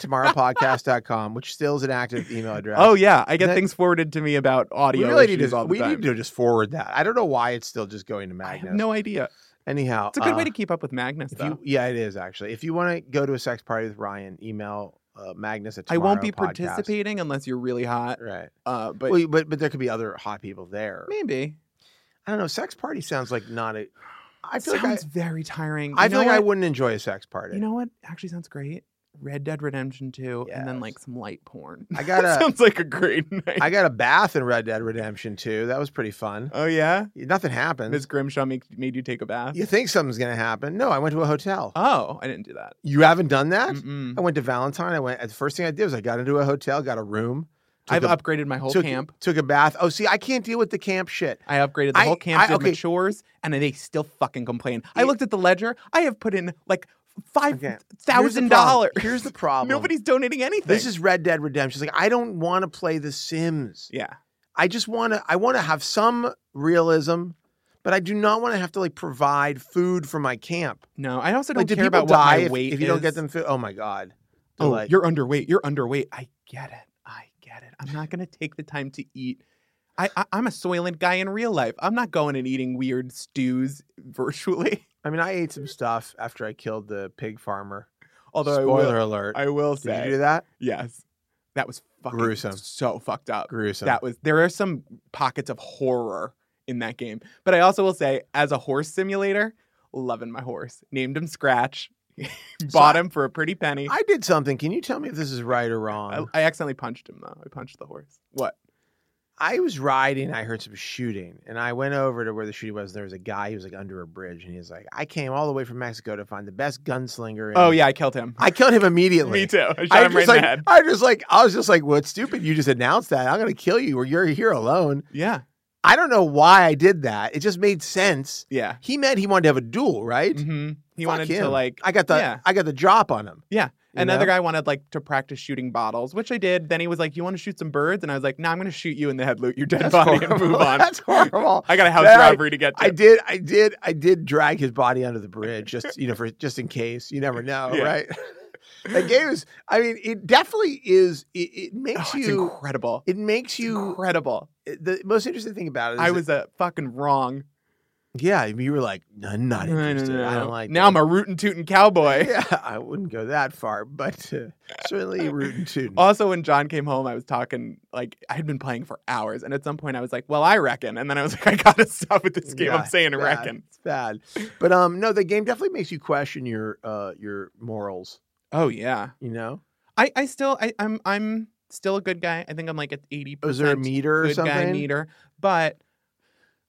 tomorrowpodcast.com, which still is an active email [laughs] address. Oh yeah, I get That- things forwardarded to me about we audio really need issues to, all the we time. need to just forward that. I don't know why it's still just going to I Magnus. have no idea. Anyhow, It's a good way uh, to keep up with Magnus, if though. you, yeah, it is actually. If you want to go to a sex party with Ryan, email uh, Magnus at I won't be tomorrowpodcast. participating unless you're really hot. Right. Uh, but But, well, but but there could be other hot people there. maybe I don't know. Sex party sounds like not a. I feel sounds like very tiring. I, I You feel know like I what? wouldn't enjoy a sex party. You know what? Actually, sounds great. Red Dead Redemption Two, and then Yes. like some light porn. [laughs] [laughs] I That got a sounds like a great [laughs] night. I got a bath in Red Dead Redemption 2. That was pretty fun. oh yeah, Nothing happened. Miss Grimshaw make, made you take a bath. You think something's gonna happen? No, I went to a hotel. Oh, I didn't do that. you haven't done that? Mm-mm. I went to Valentine. I went. The first thing I did was I got into a hotel, got a room. I've a, upgraded my whole took, camp. Took a bath. Oh, see, I can't deal with the camp shit. I upgraded the I- whole camp, I- did okay. my chores, and they still fucking complain. I Yeah. looked at the ledger. I have put in like five Okay. Here's the thousand problem. dollars. Here's [laughs] the problem. Nobody's donating anything. This is Red Dead Redemption. It's like I don't want to play The Sims. yeah. I just want to. I want to have some realism, but I do not want to have to like provide food for my camp. No, I also don't Like, do care people about die what my if, weight if you don't get is. them food? Oh my god. They're Oh, like- you're underweight. You're underweight. I get it. I get it. I'm not gonna take the time to eat. I, I I'm a soylent guy in real life. I'm not going and eating weird stews [laughs] virtually. I mean, I ate some stuff after I killed the pig farmer. Although Spoiler alert. I will, I will Did say you do that? yes, that was fucking Gruesome. So fucked up. Gruesome. That was there are some pockets of horror in that game. But I also will say, as a horse simulator, loving my horse. Named him Scratch. Bought him for a pretty penny. I did something. Can you tell me if this is right or wrong? I, I accidentally punched him though. I punched the horse. What? I was riding, I heard some shooting, and I went over to where the shooting was. And there was a guy who was like under a bridge, and he was like, I came all the way from Mexico to find the best gunslinger. In. Oh yeah, I killed him. [laughs] I killed him immediately. Me too. I shot [laughs] I him just, right in like, the head. I just like I was just like, well, it's stupid. You just announced that. I'm gonna kill you or you're here alone. Yeah. I don't know why I did that. It just made sense. Yeah. He meant he wanted to have a duel, right? hmm He Fuck wanted to him. like I got the Yeah. I got the drop on him. Yeah. You another know? guy wanted like to practice shooting bottles, which I did. Then he was like, "You want to shoot some birds?" And I was like, "No, nah, I'm going to shoot you in the head, loot your dead That's body, horrible. and move on." [laughs] That's horrible. I got a house [laughs] That I- robbery to get to. I did, I did, I did drag his body under the bridge just you know for just in case. You [laughs] never know, Yeah. right? that game is. I mean, it definitely is. It, it Oh, makes it's you. incredible. It makes you. eh, incredible. The most interesting thing about it is I that- was uh, fucking wrong. yeah. You were like, "No, I'm not No, no, interested. no, I no. don't like. Now I'm that." a rootin' tootin' cowboy. Yeah, I wouldn't go that far, but uh, [laughs] certainly rootin' tootin'. Also, when John came home, I was talking like I had been playing for hours, and at some point, I was like, "Well, I reckon," and then I was [laughs] like, "I gotta stop with this game." Yeah, I'm saying bad. reckon. It's bad, but um, no, the game definitely makes you question your uh your morals. Oh yeah, You know, I I still I, I'm I'm still a good guy. I think I'm like at eighty Oh, is there a percent meter or good something? guy meter, but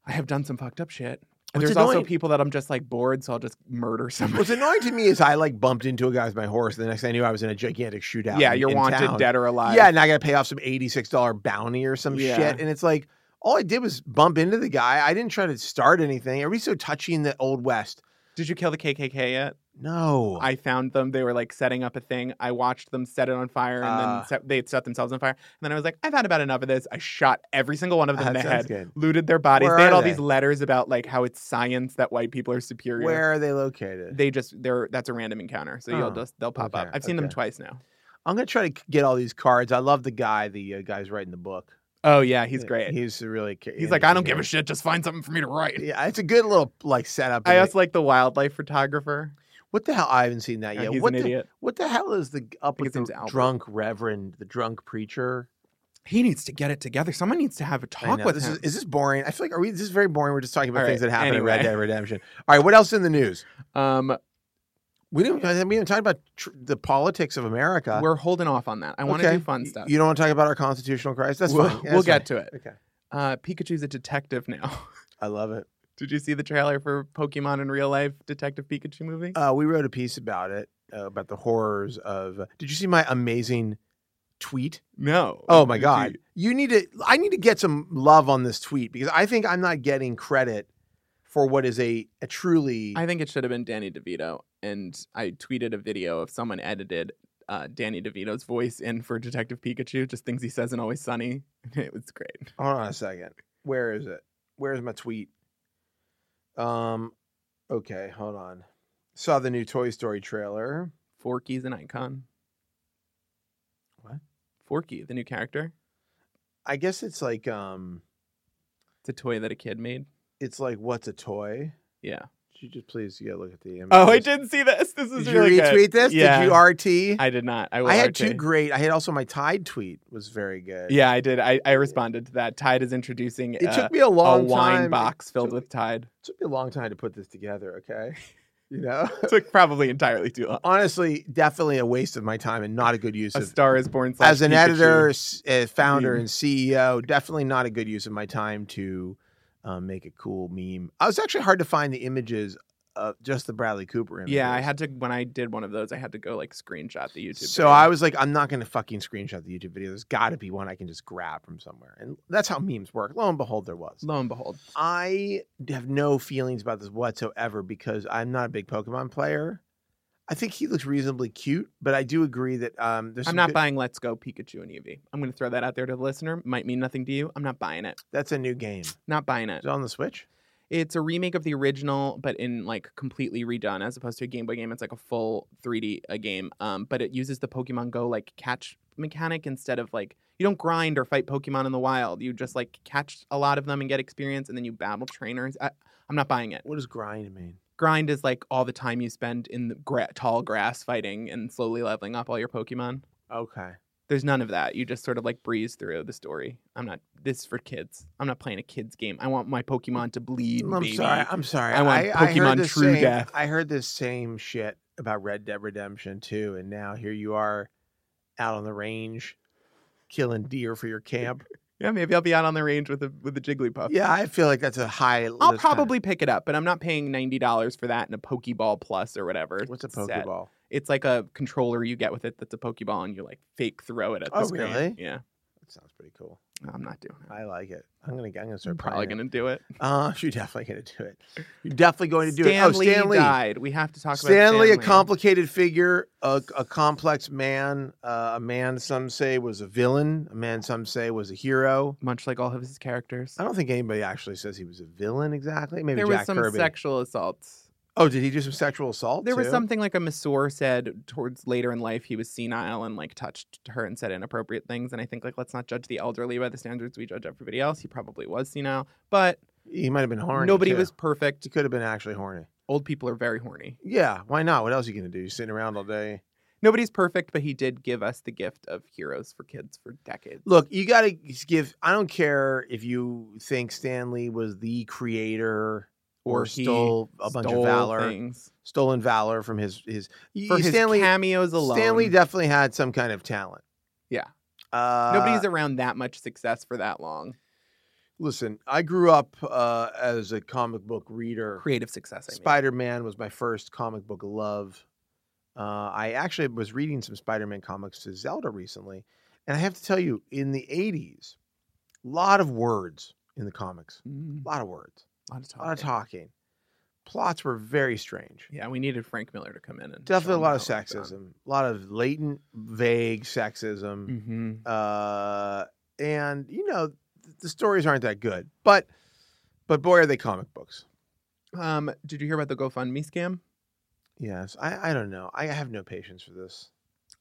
I have done some fucked up shit. And What's There's also annoying- people that I'm just like bored, so I'll just murder [laughs] What's somebody. annoying to me is I like bumped into a guy with my horse, and the next thing I knew, I was in a gigantic shootout. yeah, in- you're in wanted town. dead or alive. Yeah, and I got to pay off some eighty-six dollar bounty or some Yeah. shit, and it's like all I did was bump into the guy. I didn't try to start anything. Are we so touchy in the old west? Did you kill the KKK yet? No. I found them. They were like setting up a thing. I watched them set it on fire, and Ah. then set, they had set themselves on fire. And then I was like, I've had about enough of this. I shot every single one of them in that the sounds head, good. looted their bodies. Where they had are all they? these letters about like how it's science that white people are superior. Where are they located? They just they're that's a random encounter, so Oh, you'll just they'll pop up. okay, I've seen them okay. twice now. I'm gonna try to c- get all these cards. I love the guy. The uh, guy's writing the book. Oh yeah, he's Yeah, great. He's a really. ca- He's like, I don't interesting give a shit. Just find something for me to guy. write. Yeah, it's a good little like setup. I and it- also like the wildlife photographer. what the hell? I haven't seen that Yeah, yet. Uh, he's What an the, idiot. what the hell is the g- up think with his the name's Albert. drunk reverend, the drunk preacher? He needs to get it together. Someone needs to have a I talk know, with this him. Is, is this boring? I feel like are we? This is very boring. We're just talking about All things right, that happen in Red anyway. Dead Redemption. All right, what else in the news? um, We [laughs] didn't. We haven't talked about tr- the politics of America. we're holding off on that. I want to Okay. do fun Y- stuff. You don't want to talk about our constitutional crisis? That's we'll fine. Yeah, we'll that's get fine. to it. Okay. Uh, Pikachu's a detective now. [laughs] I love it. Did you see the trailer for Pokemon in real life Detective Pikachu movie? Uh, we wrote a piece about it, uh, about the horrors of. did you see my amazing tweet? no. Oh my Did god! you- You need to. I need to get some love on this tweet because I think I'm not getting credit for what is a, a truly. I think it should have been Danny DeVito, and I tweeted a video of someone edited uh, Danny DeVito's voice in for Detective Pikachu, just things he says in Always Sunny. [laughs] It was great. Hold on a second. Where is it? Where's my tweet? Um. Okay, hold on. Saw the new Toy Story trailer. Forky's an icon. What? Forky, the new character. I guess it's like um, It's a toy that a kid made. it's like what's a toy? Yeah. Could you just please yeah, look at the image? Oh, I didn't see this. This is Did you really good. retweet this? Yeah. Did you RT? I did not. I, will I had RT. two great. I had also my Tide tweet was very good. Yeah, I did. I, I responded to that. Tide is introducing It uh, took me a a long wine time. box filled took- [laughs] with Tide. It took me a long time to put this together. Okay, [laughs] you know, took probably entirely too long. honestly, definitely a waste of my time and not a good use A of. Star is Born. slash As an Pikachu. Mm. editor, s- uh, founder, meme. and CEO, definitely not a good use of my time to um, make a cool meme. I was actually hard to find the images of just the Bradley Cooper images. yeah, I had to when I did one of those, I had to go like screenshot the YouTube. So video. I was like, I'm not going to fucking screenshot the YouTube video. There's got to be one I can just grab from somewhere. And that's how memes work. Lo and behold, there was. lo and behold, I have no feelings about this whatsoever because I'm not a big Pokemon player. I think he looks reasonably cute, but I do agree that um, there's I'm some not good- buying Let's Go Pikachu and Eevee. I'm going to throw that out there to the listener. Might mean nothing to you. I'm not buying it. that's a new game. Is Not buying it. it on the Switch? It's a remake of the original, but in like completely redone, as opposed to a Game Boy game. It's like a full 3D a game, um, but it uses the Pokemon Go like catch mechanic instead of like you don't grind or fight Pokemon in the wild. You just like catch a lot of them and get experience, and then you battle trainers. I, I'm not buying it. What does grind mean? Grind is like all the time you spend in the gra- tall grass fighting and slowly leveling up all your Pokemon. Okay. There's none of that. You just sort of like breeze through the story. I'm not this is for kids. I'm not playing a kids game. I want my Pokemon to bleed. I'm baby. sorry. I'm sorry. I want heard Pokemon this True same- Death. I heard this same shit about Red Dead Redemption too, and now here you are, out on the range, killing deer for your [laughs] camp. Yeah, maybe I'll be out on the range with a with a Jigglypuff. yeah, I feel like that's a high. I'll that's kinda- probably pick it up, but I'm not paying ninety dollars for that and a Pokeball Plus or whatever. What's a set. Pokeball? It's like a controller you get with it that's a Pokeball, and you like fake throw it at the Oh, screen. really? Yeah, That sounds pretty cool. I'm not doing it. I like it. I'm gonna. I'm gonna I'm start. probably playing it. gonna do it. [laughs] Uh, you're definitely going to do it. You're definitely going to do it. Oh, Stanley Stanley. died. We have to talk about Stanley, Stanley. a complicated figure, a, a complex man, uh, a man some say was a villain, a man some say was a hero. much like all of his characters. I don't think anybody actually says he was a villain exactly. Maybe There Jack was some Kirby. sexual assaults. oh, did he do some sexual assault? There was too? something like a masseur said towards later in life he was senile and like touched her and said inappropriate things. And I think like let's not judge the elderly by the standards we judge everybody else. He probably was senile, but He might have been horny. nobody too. was He perfect. could have been actually horny. Old people are very horny. Yeah, why not? What else are you going to do? You're sitting around all day. Nobody's perfect, but he did give us the gift of heroes for kids for decades. Look, you got to give. I don't care if you think Stanley was the creator or, Or he stole a bunch Stole of valor. things stolen valor from his his, y- for his Stanley cameos alone. Stanley definitely had some kind of talent. Yeah. Uh, Nobody's around that much success for that long. listen. I grew up uh, as a comic book reader. Creative success. I mean. Spider Man was my first comic book love. Uh, I actually was reading some Spider Man comics to Zelda recently, and I have to tell you, in the '80s, a lot of words in the comics, Mm, a lot of words, lot of a lot of talking. talking. plots were very strange. Yeah, we needed Frank Miller to come in and Definitely a lot of sexism, a lot of latent, vague sexism. Mm-hmm. Uh, and you know th- the stories aren't that good, but but boy are they comic books. Um, did you hear about the GoFundMe scam? Yes, I I don't know. I have no patience for this.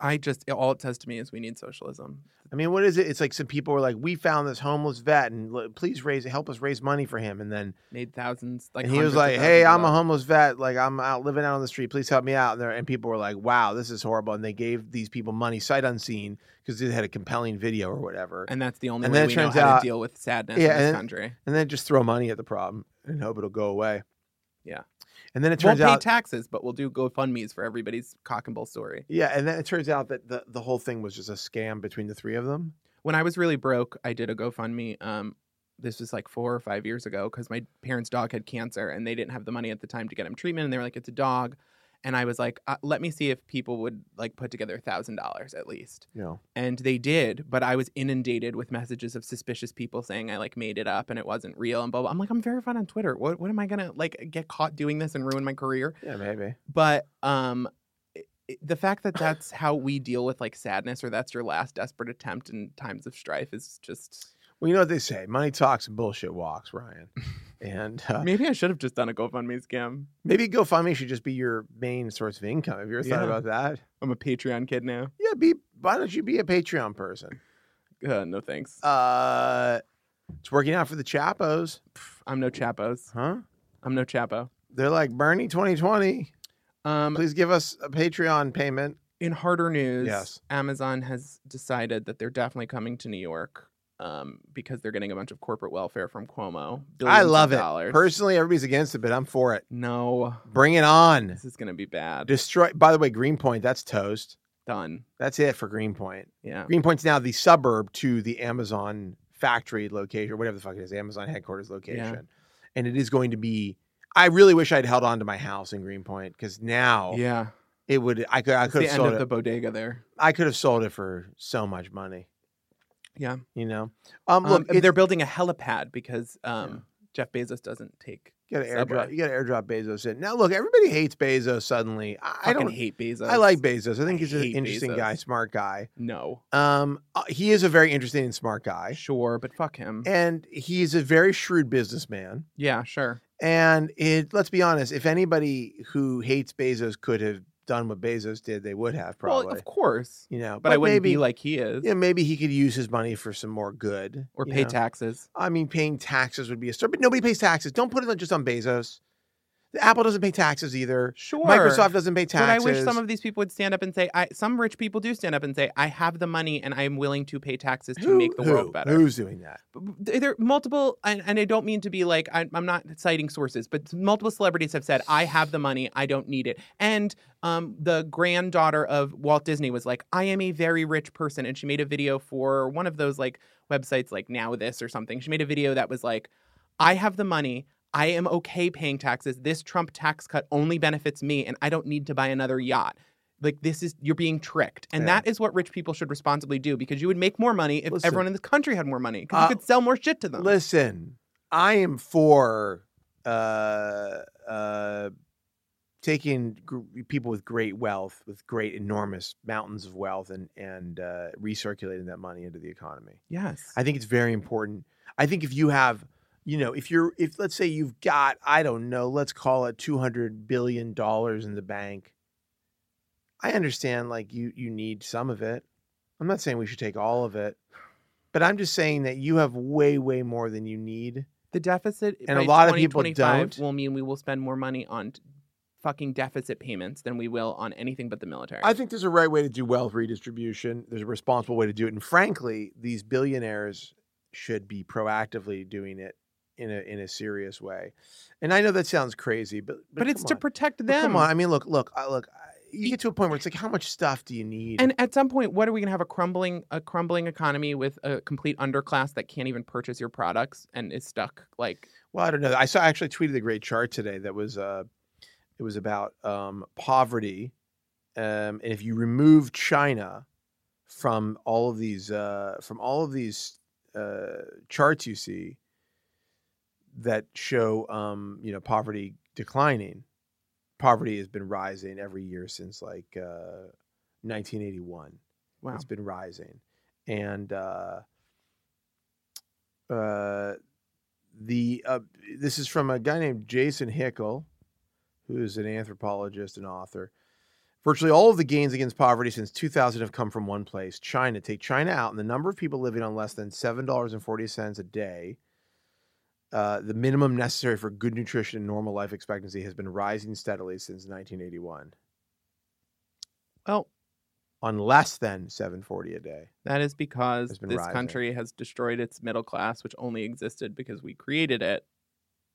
I just all it says to me is we need socialism. I mean, what is it? It's like some people were like, "We found this homeless vet, and l- please raise help us raise money for him." And then Made thousands like and he was hundreds of like, "Hey, thousands I'm a of- homeless vet. Like I'm out living out on the street. Please help me out." And, there, and people were like, "Wow, this is horrible." And they gave these people money sight unseen because they had a compelling video or whatever. and that's the only And way then it we turns know how out- to deal with sadness Yeah, in this and- country. and then just throw money at the problem and hope it'll go away. Yeah. And then it We'll turns pay out, taxes, but we'll do GoFundMe's for everybody's cock and bull story. yeah, and then it turns out that the, the whole thing was just a scam between the three of them. when I was really broke, I did a GoFundMe. Um, this was like four or five years ago because my parents' dog had cancer and they didn't have the money at the time to get him treatment. And they were like, "It's a dog," and I was like, uh, "Let me see if people would like put together a thousand dollars at least." You know, And they did, but I was inundated with messages of suspicious people saying I like made it up and it wasn't real and blah blah. I'm like, I'm verified on Twitter. What what am I gonna like get caught doing this and ruin my career? yeah, maybe. but um it- it- the fact that that's how we deal with like sadness or that's your last desperate attempt in times of strife is just Well, you know what they say: money talks, and bullshit walks, [laughs] Ryan. And uh, maybe i should have just done a gofundme scam maybe GoFundMe should just be your main source of income. Have you ever thought Yeah. about that? i'm a patreon kid now Yeah, be why don't you be a Patreon person? uh, no thanks Uh, it's working out for the Chapos, i'm no chapos huh? i'm no chapo They're like Bernie 2020. um Please give us a Patreon payment. in harder news Yes. amazon has decided that they're definitely coming to new york um, because they're getting a bunch of corporate welfare from Cuomo. I love Billions of it. dollars. Personally, everybody's against it, but I'm for it. no, Bring it on. this is gonna be bad. Destroy. By the way, Greenpoint, that's toast. Done. That's it for Greenpoint. Yeah. Greenpoint's now the suburb to the Amazon factory location, or whatever the fuck it is, Amazon headquarters location. And it is going to be. I really wish I'd held on to my house in Greenpoint because now Yeah. it would. I could. I It's could the have end sold of it. the bodega there. I could have sold it for so much money. Yeah. You know. Um. Um, Look, and they're building a helipad because um, Jeff Bezos doesn't take. you gotta airdrop. Subway. You gotta airdrop Bezos in. Now, look, everybody hates Bezos. Suddenly, I, I I don't. hate Bezos. I like Bezos. I think I he's an hate interesting guy, Bezos. smart guy. No, Um, uh, he is a very interesting and smart guy, sure, but fuck him. and he's a very shrewd businessman. yeah, sure. And it, let's be honest, if anybody who hates Bezos could have done what Bezos did, they would have probably. Well, of course, You know, but, I wouldn't maybe, be like he is, yeah, maybe he could use his money for some more good or you pay know? taxes. I mean, paying taxes would be a start, but nobody pays taxes. Don't put it on- just on Bezos. The Apple doesn't pay taxes either. Sure, Microsoft doesn't pay But I taxes. wish some of these people would stand up and say, I, some rich people do stand up and say, I have the money and I'm willing to pay taxes to Who- make the who- world better. Who's doing that? th- there are multiple and, and i don't mean to be like I, i'm not citing sources but multiple celebrities have said i have the money i don't need it and um, the granddaughter of walt disney was like i am a very rich person and she made a video for one of those like websites like now this or something she made a video that was like i have the money i am okay paying taxes this trump tax cut only benefits me and i don't need to buy another yacht like this is you're being tricked and Yeah. that is what rich people should responsibly do because you would make more money if Listen. everyone in this country had more money 'cause Uh, you could sell more shit to them. Listen, I am for uh, uh, taking gr- people with great wealth, with great enormous mountains of wealth, and and uh, recirculating that money into the economy. yes. I think it's very important. I think if you have, you know, if you're, if let's say you've got, I don't know, let's call it two hundred billion dollars in the bank. I understand, like you, you need some of it. I'm not saying we should take all of it, but I'm just saying that you have way, way more than you need. the deficit And a by lot of people 2025 don't. will mean we will spend more money on t- fucking deficit payments than we will on anything but the military. I think there's a right way to do wealth redistribution. There's a responsible way to do it, and frankly, these billionaires should be proactively doing it in a in a serious way. And I know that sounds crazy, but but, it's come to on. protect But them. Come on, I mean, look, look, I- look. I- You get to a point where it's like, how much stuff do you need? And at some point, what are we going to have a crumbling a crumbling economy with a complete underclass that can't even purchase your products and is stuck like well, I don't know. I saw I actually tweeted a great chart today that was uh, it was about um, poverty, um, and if you remove China from all of these uh, from all of these uh, charts you see that show um, you know poverty declining, poverty has been rising every year since like uh, 1981. Wow. It's been rising, and uh, uh, the uh, this is from a guy named Jason Hickel, who is an anthropologist and author. Virtually all of the gains against poverty since 2000 have come from one place: China. Take China out, and the number of people living on less than seven dollars and forty cents a day. Uh, the minimum necessary for good nutrition and normal life expectancy has been rising steadily since 1981, Well, on less than 740 a day. that is because It's been this rising. country has destroyed its middle class, which only existed because we created it.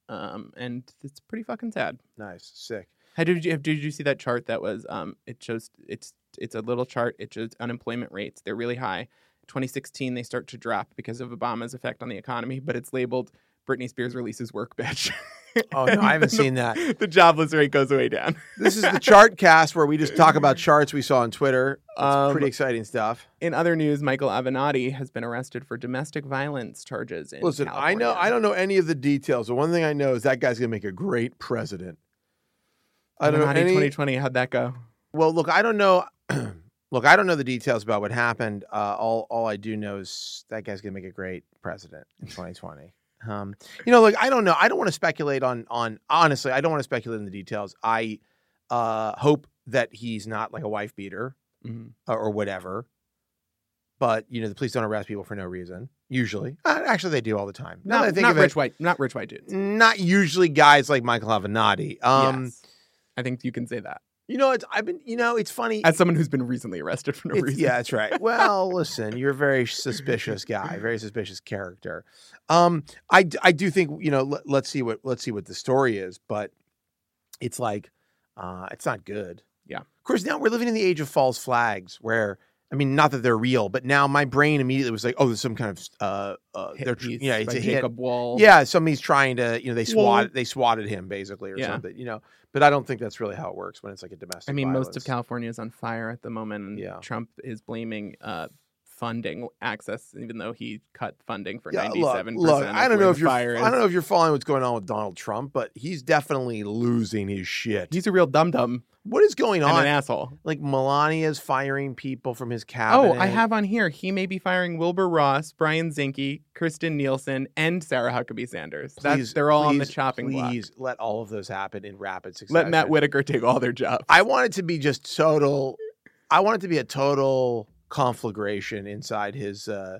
Um, and it's pretty fucking sad. Nice, sick. How did you did you see that chart that was um it shows it's it's a little chart it shows unemployment rates they're really high 2016 they start to drop because of Obama's effect on the economy but it's labeled Britney Spears releases work bitch Oh no, [laughs] I haven't seen that. the jobless rate goes way down [laughs] This is the chart cast where we just talk about charts we saw on Twitter. It's Um, pretty exciting stuff. in other news Michael Avenatti has been arrested for domestic violence charges in Listen, I know I California. don't know any of the details. The one thing I know is that guy's gonna make a great president. I don't know Avenatti any. 2020 how'd that go Well, look, I don't know. [clears throat] look, I don't know the details about what happened. Uh, all all I do know is that guy's gonna make a great president in 2020. Um, you know, like I don't know. I don't want to speculate on on honestly. I don't want to speculate on the details. I uh, hope that he's not like a wife beater. Mhm. or, or whatever. But you know, the police don't arrest people for no reason. Usually, uh, actually, they do all the time. Now not, that I think not of rich it, white not rich white dudes not usually guys like Michael Avenatti. Um, yes. I think you can say that you know, it's I've been, you know, it's funny. as someone who's been recently arrested for no It's- reason yeah, that's right. Well, listen, you're a very suspicious guy, very suspicious character. Um, I d- I do think you know. Let, let's see what let's see what the story is, but it's like, uh, it's not good. Yeah. Of course, now we're living in the age of false flags, where I mean, not that they're real, but now my brain immediately was like, oh, there's some kind of uh, uh, hit they're tr- piece yeah, it's by a hit. Jacob Wall. Yeah, somebody's trying to, you know, they Well- swat, they swatted him basically, or Yeah. something, you know. But I don't think that's really how it works when it's like a domestic. I mean, most of violence. California is on fire at the moment, and Yeah. Trump is blaming uh, funding access, even though he cut funding for Yeah, look- ninety-seven Look, percent. I don't know if you're fire is. I don't know if you're following what's going on with Donald Trump, but he's definitely losing his shit. He's a real dum dum what is going and an on? asshole. like Melania's firing people from his cabinet. Oh, I have on here. He may be firing Wilbur Ross, Brian Zinke, Kristen Nielsen, and Sarah Huckabee Sanders. That's, Please- they're all on the please- chopping block. Please let all of those happen in rapid succession. Let Matt Whitaker take all their jobs. I want it to be just total. I want it to be a total conflagration inside his uh,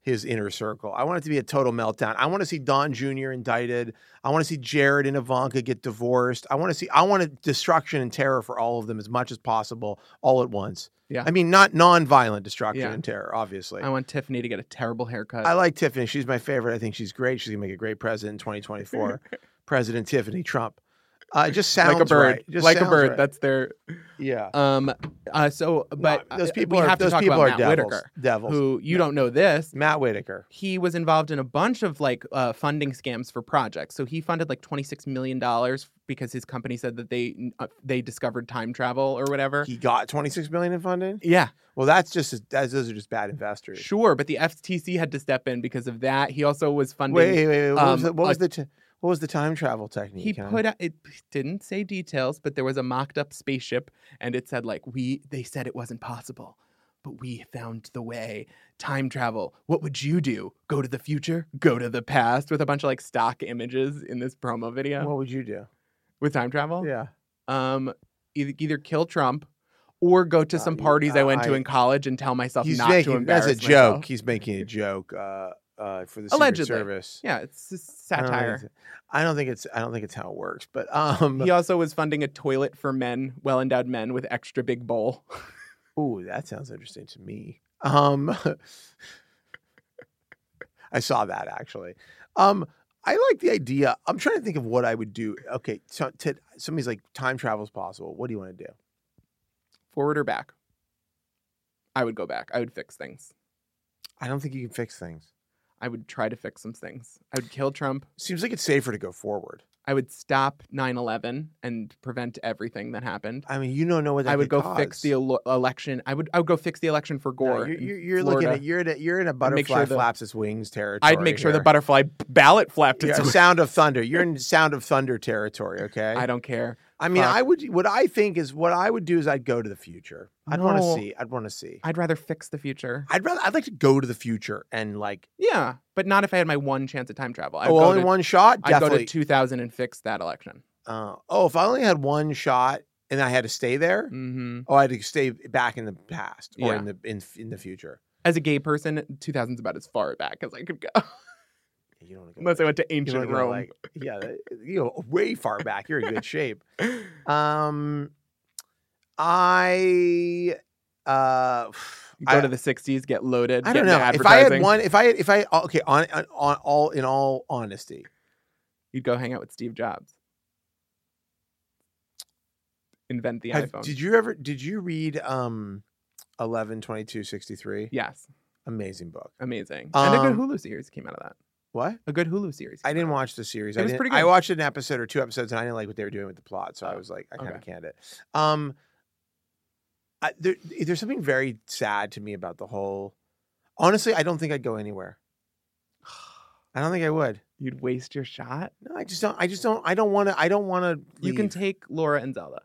his inner circle. I want it to be a total meltdown. I want to see Don Jr. indicted. I want to see Jared and Ivanka get divorced. I want to see. I want a destruction and terror for all of them as much as possible, all at once. Yeah. I mean, not nonviolent destruction Yeah. and terror, obviously. I want Tiffany to get a terrible haircut. I like Tiffany. She's my favorite. I think she's great. She's gonna make a great president in [laughs] 2024. President Tiffany Trump. Uh, it just sounds like a bird, right. It just like a sounds bird. right. That's their yeah. Um. Uh. So, but No, those uh, people we are have to those talk people about are Matt devils. Whitaker, Devils. who you don't know this. Matt Whitaker. He was involved in a bunch of like uh, funding scams for projects. So he funded like twenty six million dollars because his company said that they uh, they discovered time travel or whatever. He got 26 million in funding. yeah, Well, that's just that's, those are just bad investors. sure. But the FTC had to step in because of that. He also was funding. wait, wait, wait. What was um, the what a- was the t- what was the time travel technique? he Ken? put out, it didn't say details, but there was a mocked up spaceship and it said like we they said it wasn't possible, but we found the way. Time travel. What would you do? Go to the future? Go to the past with a bunch of like stock images in this promo video What would you do? with time travel? Yeah. Um either, either kill Trump or go to Uh, some you- parties I uh, went to I- in college and tell myself He's not to making embarrass that's a joke. myself. He's making a joke uh, uh, for the Allegedly. Secret Service. Yeah, it's just I don't think satire. it's- I don't think it's I don't think it's how it works. But um, He also was funding a toilet for men, well endowed men with extra big bowl. Ooh, that sounds interesting to me. Um, [laughs] I saw that actually. Um, I like the idea. I'm trying to think of what I would do. Okay, so to, somebody's like, time travel's possible. What do you want to do? forward or back? I would go back. I would fix things. I don't think you can fix things. I would try to fix some things. I would kill Trump. Seems like it's safer to go forward. I would stop 9/11 and prevent everything that happened. I mean, you don't know what that I would could go fix cause. the elo- election. I would I would go fix the election for No, Gore. you're in you're, you're looking Florida. at you're in a, you're in a I'd make butterfly sure the- flaps its wings territory. I'd make sure the here. butterfly b- ballot flapped Yeah, [laughs] its. wings. sound of thunder. You're in sound of thunder territory. Okay. I don't care. I mean, Fuck. I would. What I think is, what I would do is, I'd go to the future. I'd want to No. see. I'd want to see. I'd rather fix the future. I'd rather. I'd like to go to the future and like. Yeah, but not if I had my one chance at time travel. I'd oh, go only to, one shot. I'd go Definitely. to 2000 and fix that election. uh, oh, if I only had one shot and I had to stay there. hmm Oh, I had to stay back in the past or Yeah. in the in in the future. As a gay person, 2000's about as far back as I could go, [laughs] You don't wanna go unless I went to you don't ancient wanna go, Rome. like- yeah, you know, way far back. You're in good [laughs] shape. Um, I uh, go I, to the 60s, get loaded. I get don't into know. If I had advertising. one, if I had, if I oh, okay, on, on, on all in all honesty, you'd go hang out with Steve Jobs. Invent the have- iPhone. did you ever did you read um, eleven twenty two sixty three? yes, Amazing book. amazing. and a Um, good Hulu series came out of that. What? A good Hulu series. I came didn't out watch the series. It I was didn't- pretty I good. watched an episode or two episodes, and I didn't like what they were doing with the plot, so I Oh, was like, I kind of okay. canned it. Um, I, there, there's something very sad to me about the whole. Honestly, I don't think I'd go [sighs] anywhere. I don't think I would. of. You'd waste your shot. No, I just don't. I just don't. I don't want to. I don't want to. You can take Laura and Zelda.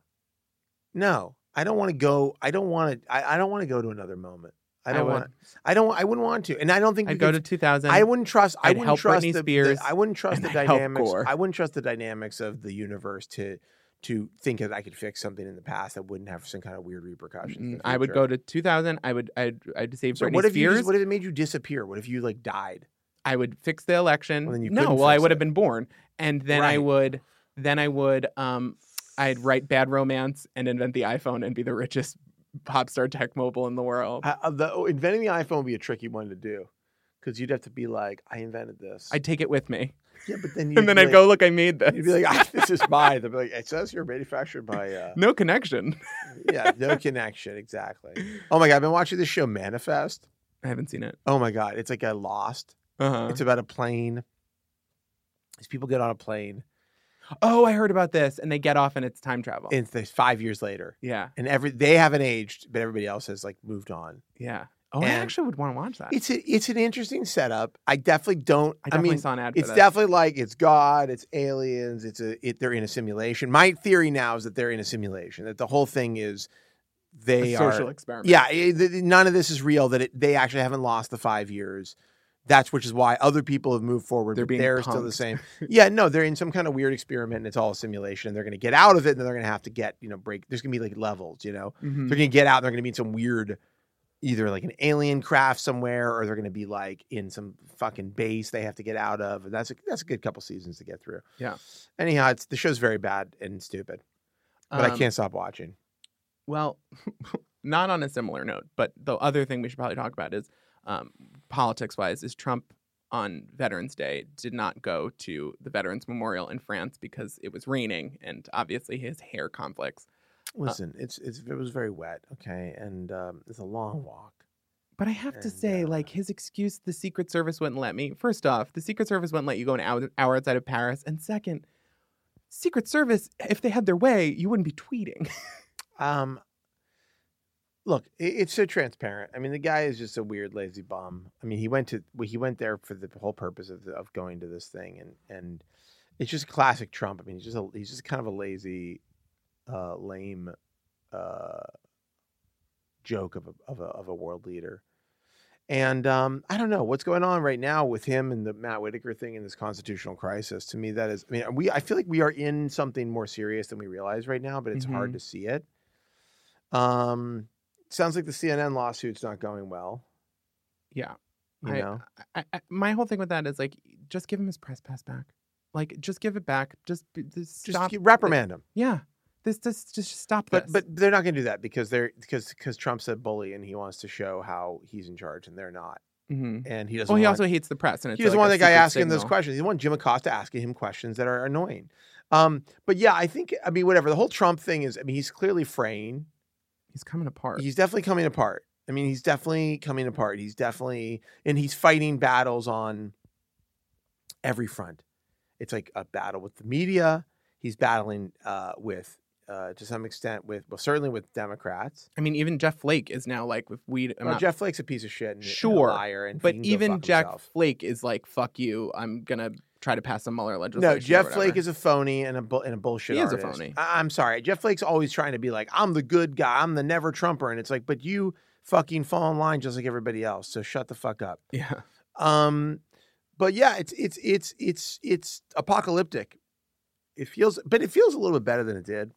No, I don't want to go. I don't want to. I, I don't want to go to another moment. I don't would. want. I don't. I wouldn't want to. And I don't think we I'd go to could- 2000. I wouldn't trust. I I'd wouldn't help trust the, Britney the- Spears, I wouldn't trust and the I'd help dynamics. Gore. I wouldn't trust the dynamics of the universe to to think that I could fix something in the past that wouldn't have some kind of weird repercussions. in Mm, the I would future. go to 2000. I would I'd I'd save So Britney what if you? Spears. Just, what if it made you disappear? What if you like died? I would fix the election. Well, then you no, couldn't well I fix would it. have been born, and then I Right. would then I would um I'd write bad romance and invent the iPhone and be the richest pop star tech mobile in the world. I, uh, the, oh, inventing the iPhone would be a tricky one to do because you'd have to be like, I invented this. I'd take it with me, yeah, but then you'd [laughs] and then be I'd like- go look. I made this. You'd be like, [laughs] "Ah, this is mine. They'll be like, it says you're manufactured by, uh, [laughs] no connection. yeah, [laughs] no connection. Exactly. Oh my God. I've been watching this show, Manifest. I haven't seen it. Oh my God. It's like a lost. Uh-huh. It's about a plane. These people get on a plane Oh, I heard about this, and they get off, and it's time travel. and it's five years later. yeah, And every they haven't aged, but everybody else has like moved on. yeah. Oh, I And actually would want to watch that. It's a, it's an interesting setup. I definitely don't. Uh. I I, definitely mean, saw an ad. For it's that. definitely like it's God, it's aliens, it's a it, they're in a simulation. My theory now is that they're in a simulation. That the whole thing is they a are social experiment. Yeah, i- th- th- none of this is real. That it, they actually haven't lost the five years. That's which is why other people have moved forward. They're but being they're still the punked. [laughs] same. yeah, no, they're in some kind of weird experiment, and it's all a simulation. And they're going to get out of it, and then they're going to have to get you know break. There's going to be like levels, you know. Mhm. They're going to get out. And they're going to be in some weird, either like an alien craft somewhere, or they're going to be like in some fucking base they have to get out of. And that's a, that's a good couple seasons to get through. Yeah. Anyhow, it's the show's very bad and stupid, but I Um, can't stop watching. Well, [laughs] not on a similar note, but the other thing we should probably talk about is um, politics wise, is Trump on Veterans Day did not go to the Veterans Memorial in France because it was raining and obviously his hair conflicts. Listen, it's it's it was very wet, okay, and um, it's a long walk. But I have to And, say, uh, like, his excuse the Secret Service wouldn't let me. First off, the Secret Service wouldn't let you go an hour, hour outside of Paris. And second, Secret Service, if they had their way, you wouldn't be tweeting. [laughs] Um, look, i it's so transparent. I mean, the guy is just a weird lazy bum. I mean, he went to well, he went there for the whole purpose of the, of going to this thing, and and it's just classic Trump. I mean, he's just a, he's just kind of a lazy, uh, lame, uh, joke of a, of a of a world leader. And um, I don't know what's going on right now with him and the Matt Whitaker thing and this constitutional crisis. To me, that is, I mean, we I feel like we are in something more serious than we realize right now, but it's hard Mhm. to see it. Um, sounds like the CNN lawsuit's not going well. yeah. You I- know, I, I, my whole thing with that is like, just give him his press pass back. Like, just give it back. Just, b- just just stop. keep- reprimand him. Yeah, this just just stop. But this. but they're not going to do that because they're because because Trump's a bully and he wants to show how he's in charge and they're not. Mhm. And he doesn't. well, he want- also hates the press, and it's he doesn't like want a that guy secret asking him signal. those questions. He doesn't want Jim Acosta asking him questions that are annoying. Um, but yeah, I think I mean whatever. The whole Trump thing is. I mean, he's clearly fraying. He's coming apart. He's definitely coming apart. I mean, he's definitely coming apart. He's definitely and he's fighting battles on every front. It's like a battle with the media. He's battling uh, with, uh, to some extent, with well, certainly with Democrats. I mean, even Jeff Flake is now like with weed. I'm Well, not- Jeff Flake's a piece of shit and, Sure, and a liar, and but he can go even fuck Jack himself. Flake is like, "Fuck you! I'm gonna try to pass a Mueller legislation." No, or Jeff Flake whatever." is a phony and a bu- and a bullshit. He is a artist. phony. I- I'm sorry, Jeff Flake's always trying to be like, I'm the good guy, I'm the never Trumper, and it's like, but you fucking fall in line just like everybody else. So shut the fuck up. Yeah, Um, but yeah, it's it's it's it's it's apocalyptic. It feels, but it feels a little bit better than it did.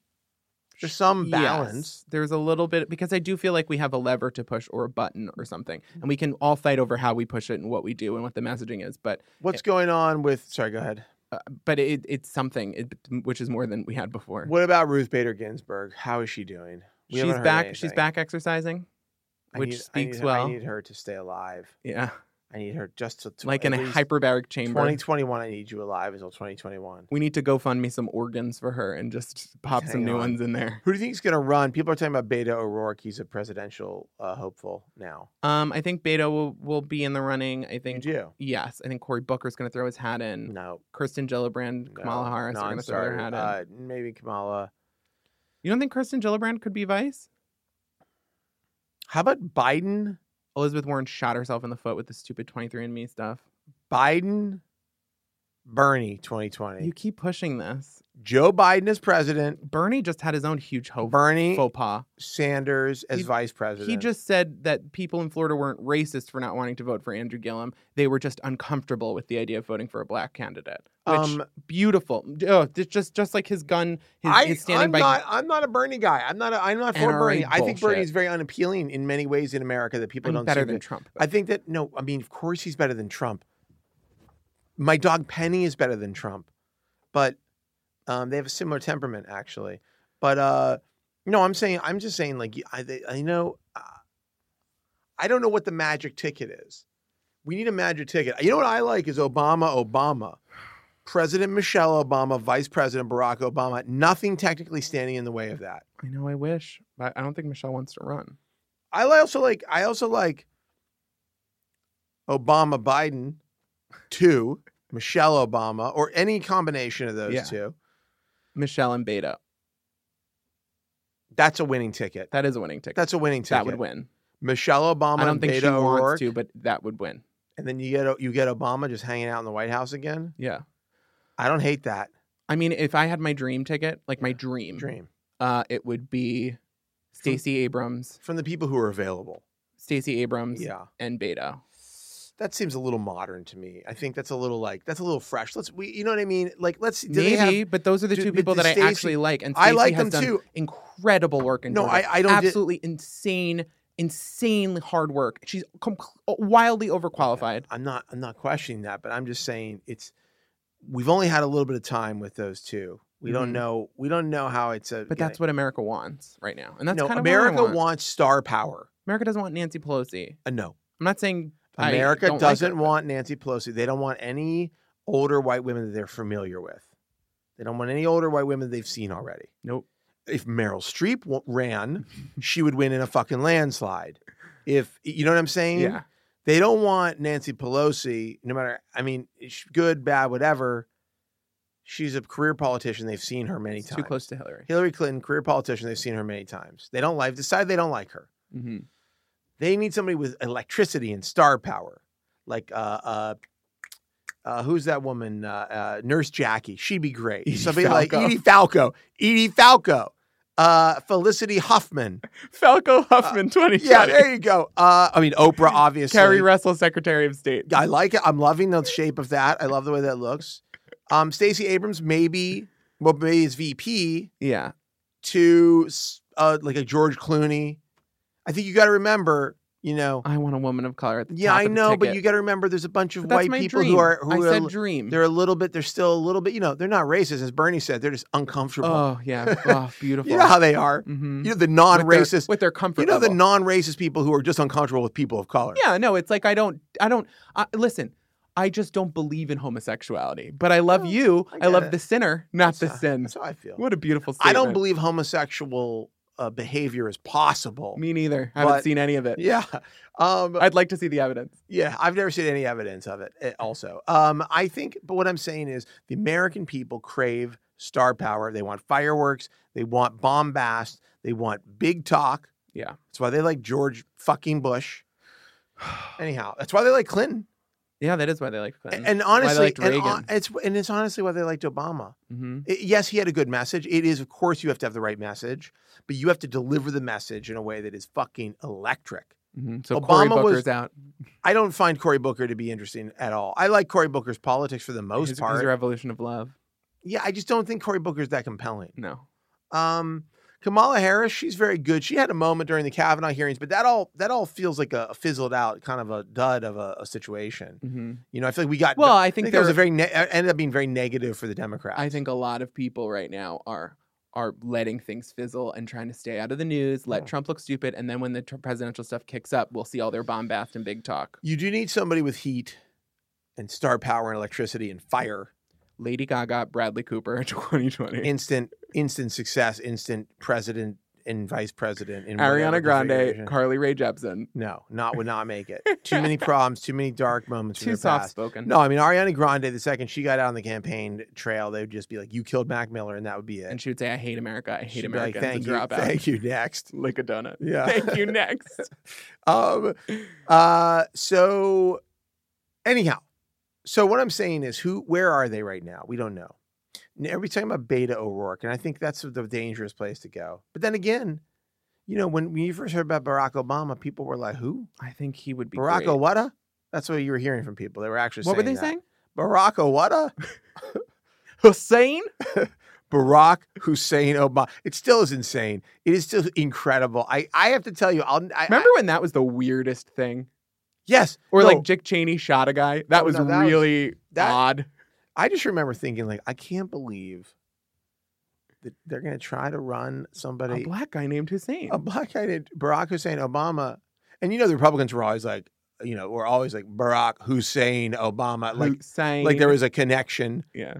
There's some [laughs] balance. Yes, there's a little bit because I do feel like we have a lever to push or a button or something, and we can all fight over how we push it and what we do and what the messaging is. But What's going on with? Sorry, go ahead. but it, it's something it, which is more than we had before. What about Ruth Bader Ginsburg? How is she doing? We haven't she's heard back. She's anything. back exercising. I which need- I speaks need- well. I need her to stay alive. Yeah, I need her just to, to like at in a least- hyperbaric chamber. 2021, I need you alive until 2021. we need to go fund me some organs for her and just pop some Hang new on. ones in there. Who do you think is going to run? People are talking about Beta O'Rourke. He's a presidential uh, hopeful now. Um, I think Beto will, will be in the running. I And think you? yes, I think Cory Booker's going to throw his hat in. No. Kirsten Gillibrand, Kamala no, Harris are going to throw their non-starter. hat in. Uh, maybe Kamala. you don't think Kirsten Gillibrand could be vice? How about Biden? Elizabeth Warren shot herself in the foot with the stupid 23andMe stuff. Biden, Bernie 2020. You keep pushing this. Joe Biden as president. Bernie just had his own huge ho- Bernie faux pas. Sanders as He- vice president. He just said that people in Florida weren't racist for not wanting to vote for Andrew Gillum. They were just uncomfortable with the idea of voting for a black candidate. Which Um, beautiful. Oh, th- just just like his gun, his, I, his standing I'm by. not. I'm not a Bernie guy. I'm not. A, I'm not for NRA Bernie. I think Bernie bullshit. is very unappealing in many ways in America that people I'm don't. better seem to- than Trump. I think that no, I mean, of course he's better than Trump. My dog Penny is better than Trump, but um, they have a similar temperament actually. But uh, no, I'm saying I'm just saying like I they- I know uh, I don't know what the magic ticket is. We need a magic ticket. You know what I like is Obama, Obama, President Michelle Obama, Vice President Barack Obama. Nothing technically standing in the way of that. I know. I wish, but I don't think Michelle wants to run. I li- also like I also like Obama Biden two, Michelle Obama, or any combination of those Yeah. two. Michelle and Beta. That's a winning ticket. That is a winning ticket. That's a winning ticket. that would win. Michelle Obama I don't and think Beto she wants O'Rourke, to, but that would win. and then you get you get Obama just hanging out in the White House again. Yeah. I don't hate that I mean, if I had my dream ticket, like my dream, dream uh, it would be Stacey Abrams, from the people who are available. Stacey Abrams, Yeah, and Beta. that seems a little modern to me. I think that's a little like that's a little fresh. Let's we you know what I mean? Like let's do Maybe, they have but those are the do- two but people the that I Stacey- actually like, and I Stacey like has them done too. Incredible work in No, Georgia. I- I don't di- absolutely insane, insanely hard work. She's com- uh, wildly overqualified. I'm not I'm not questioning that, but I'm just saying it's we've only had a little bit of time with those two. We don't Mhm. know we don't know how it's a But that's what America wants right now, and that's no, kind of America What I want. wants star power. America doesn't want Nancy Pelosi. Uh, no. I'm not saying I America don't like her, doesn't but- want Nancy Pelosi. They don't want any older white women that they're familiar with. They don't want any older white women they've seen already. Nope. If Meryl Streep w- [laughs] ran, she would win in a fucking landslide. If you know what I'm saying? Yeah, they don't want Nancy Pelosi, no matter, I mean, sh- good, bad, whatever. She's a career politician. They've seen her many it's times. too close to Hillary. Hillary Clinton, career politician. They've seen her many times. They don't like, decide they don't like her. hmm They need somebody with electricity and star power. Like, uh, uh, uh, who's that woman? Uh, uh, Nurse Jackie. She'd be great. Edie somebody Falco. like Edie Falco. Edie Falco. Uh, Felicity [laughs] Huffman. Falco Huffman, 2020. Yeah, there you go. Uh, I mean, Oprah, obviously. Carrie Russell, Secretary of State. I like it. I'm loving the shape of that. I love the way that looks. Um, Stacey Abrams maybe, well, maybe is VP yeah, to s- uh, like a George Clooney. I think you got to remember, you know. I want a woman of color at the Yeah, top I of the know, but ticket. you got to remember, there's a bunch of But that's white my people dream. who are who I are said dream. they're a little bit, they're still a little bit, you know, they're not racist as Bernie said. They're just uncomfortable. Oh yeah, oh [laughs] beautiful. you know how they are. Mhm. You know the With their- non-racist. with their comfort. you know the level. non-racist people who are just uncomfortable with people of color. Yeah, no, it's like I don't, I don't. I, listen, I just don't believe in homosexuality, but I love Well, you. Oh, I I, love get it. the sinner, not That's the how- sin. That's how I feel. What a beautiful I statement. don't believe homosexual uh, behavior as possible. Me neither. I haven't But- seen any of it. yeah. Um, I'd like to see [sighs] the evidence. yeah, I've never seen any evidence of it. Mm. eh, Also, um, I think, but what I'm saying is, the American people crave star power. They want fireworks. They want bombast. They want big talk. Yeah. that's why they like George fucking Bush. Anyhow, that's why they like Clinton. Yeah, that is why they like Clinton. And, honestly, liked and Reagan. hon- it's and it's honestly why they liked Obama. Mhm. I- yes, he had a good message. It is, of course, you have to have the right message, but you have to deliver the message in a way that is fucking electric. Mhm. So Cory mm-hmm. Obama was- Booker's out. I don't find Cory Booker to be interesting at all. I like Cory Booker's politics for the most his, part. his revolution of love. yeah, I just don't think Cory Booker's that compelling. No. Um, Kamala Harris, she's very good. She had a moment during the Kavanaugh hearings, but that all that all feels like a fizzled out kind of a dud of a, a situation. hmm You know, I feel like we got Well, I I think think, that there was a very ne- e, ended up being very negative for the Democrats. I think a lot of people right now are are letting things fizzle and trying to stay out of the news, let Yeah. Trump look stupid, and then when the tr- presidential stuff kicks up, we'll see all their bombast and big talk. you do need somebody with heat and star power and electricity and fire, Lady Gaga, Bradley Cooper, [laughs] 2020. instant instant success, instant president and vice president. In whatever Ariana Grande, configuration. Carly Rae Jepsen. No, not would not make [laughs] it. too many problems, too many dark moments. in Too their soft past. spoken. No, I mean Ariana Grande. The second she got out on the campaign trail, they would just be like, "You killed Mac Miller," and that would be it. And she would say, I hate America. I hate She'd be like, America. thank you, drop out. [laughs] thank you. Next, Lick [laughs] a donut. [laughs] yeah. Thank you. Next. um. Uh. So, anyhow, so what I'm saying is, who, where are they right now? We don't know. Now, Everybody's talking about Beta O'Rourke, and I think that's the dangerous place to go. But then again, you know, when, when you first heard about Barack Obama, people were like, "Who? I think he would be Barack great. Obama?" That's what you were hearing from people. They were actually saying What were they that. saying? Barack Obama, Hussein? Barack Hussein Obama. It still is insane. It is still incredible. I, I have to tell you, I'll I, I- Remember when that was the weirdest thing? yes, Or No, like Dick Cheney shot a guy? That Oh, was no, that was- really that- odd. I just remember thinking like, I can't believe that they're going to try to run A somebody black guy named Hussein. [laughs] a black guy named Barack Hussein Obama, and you know the Republicans were always like, you know, were always like Barack Hussein Obama, like Hussein. like there was a connection. Yeah.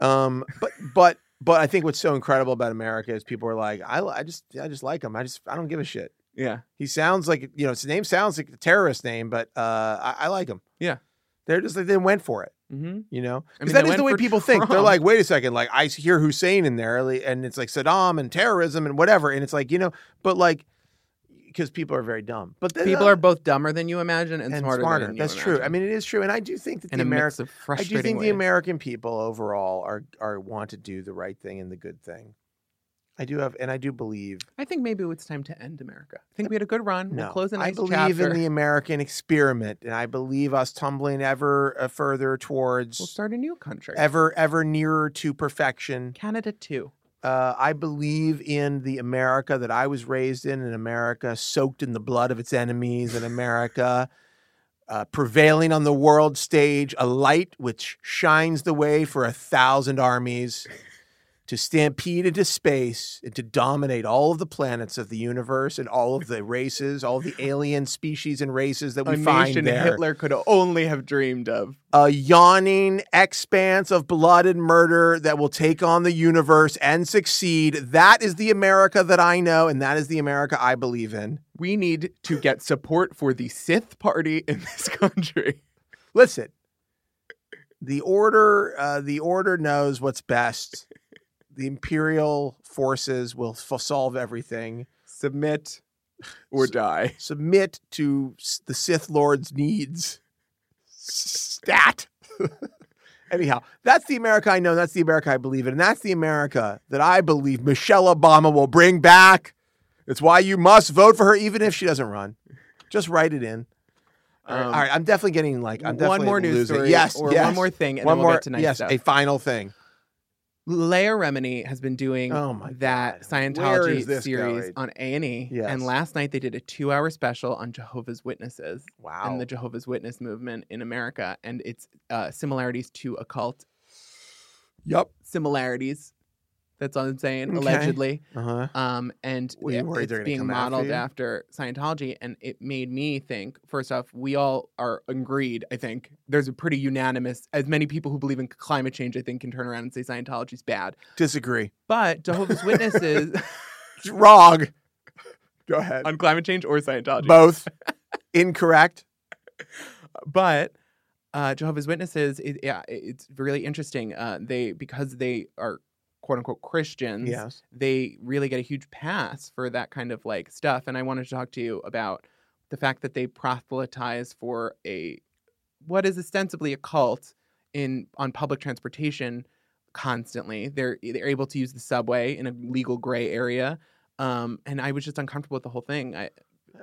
Um, but but but I think what's so incredible about America is people are like, I I just I just like him. I just I don't give a shit. Yeah. He sounds like you know his name sounds like a terrorist name, but uh, I, I like him. Yeah. they're just like they went for it, Mm-hmm. you know. I Because mean, that they is the went way for people think. They're Trump. like, wait a second, like I hear Hussein in there, like, and it's like Saddam and terrorism and whatever, and it's like you know, but like because people are very dumb. But then, People uh, are both dumber than you imagine and, and smarter. smarter. Than you That's true. I imagine. mean, it is true, and I do think that in the a mix American, of I frustrating do think ways. the American people overall are are want to do the right thing and the good thing. I do have, and I do believe I think maybe it's time to end America. I think we had a good run. No, We'll close the I next believe chapter. in the American experiment, and I believe us tumbling ever uh, further towards We'll start a new country. ever ever nearer to perfection. Canada too. Uh, I believe in the America that I was raised in, an America soaked in the blood of its enemies, an America uh, prevailing on the world stage, a light which shines the way for a thousand armies to stampede into space and to dominate all of the planets of the universe and all of the races, all the alien species and races that we a find nation there Hitler could only have dreamed of. a yawning expanse of blood and murder that will take on the universe and succeed. That is the America that I know, and that is the America I believe in. We need to get support for the Sith party in this [laughs] country. Listen, the order, uh, the order knows what's best. The imperial forces will f- solve everything. Submit or So- die. Submit to s- the Sith Lord's needs. Stat. [laughs] Anyhow, that's the America I know. That's the America I believe in. And that's the America that I believe Michelle Obama will bring back. It's why you must vote for her, even if she doesn't run. Just write it in. All right, Um, all right, I'm definitely getting like I'm definitely one more news losing. story. Yes, or yes. one more thing, and one then we'll more. get to nice yes, stuff. a final thing. Leia Remini has been doing Oh my that God. Where is Scientology this series going? on A and E, Yes. and last night they did a two-hour special on Jehovah's Witnesses Wow. and the Jehovah's Witness movement in America and its uh, similarities to occult yep. similarities. That's all I'm saying, Okay. allegedly. Uh huh. Um, and Were you it- worried it's they're gonna being come after modeled you? after, Scientology, and it made me think. First off, we all are agreed. I think there's a pretty unanimous. As many people who believe in [laughs] climate change, I think, can turn around and say Scientology's bad. Disagree. But Jehovah's Witnesses, Wrong. Go ahead. [laughs] on climate change or Scientology. [laughs] Both incorrect. but uh, Jehovah's Witnesses, it, yeah, it- it's really interesting. Uh, they because they are quote unquote Christians, Yes. they really get a huge pass for that kind of like stuff. And I wanted to talk to you about the fact that they proselytize for a what is ostensibly a cult in on public transportation constantly. They're they're able to use the subway in a legal gray area. Um, and I was just uncomfortable with the whole thing. I,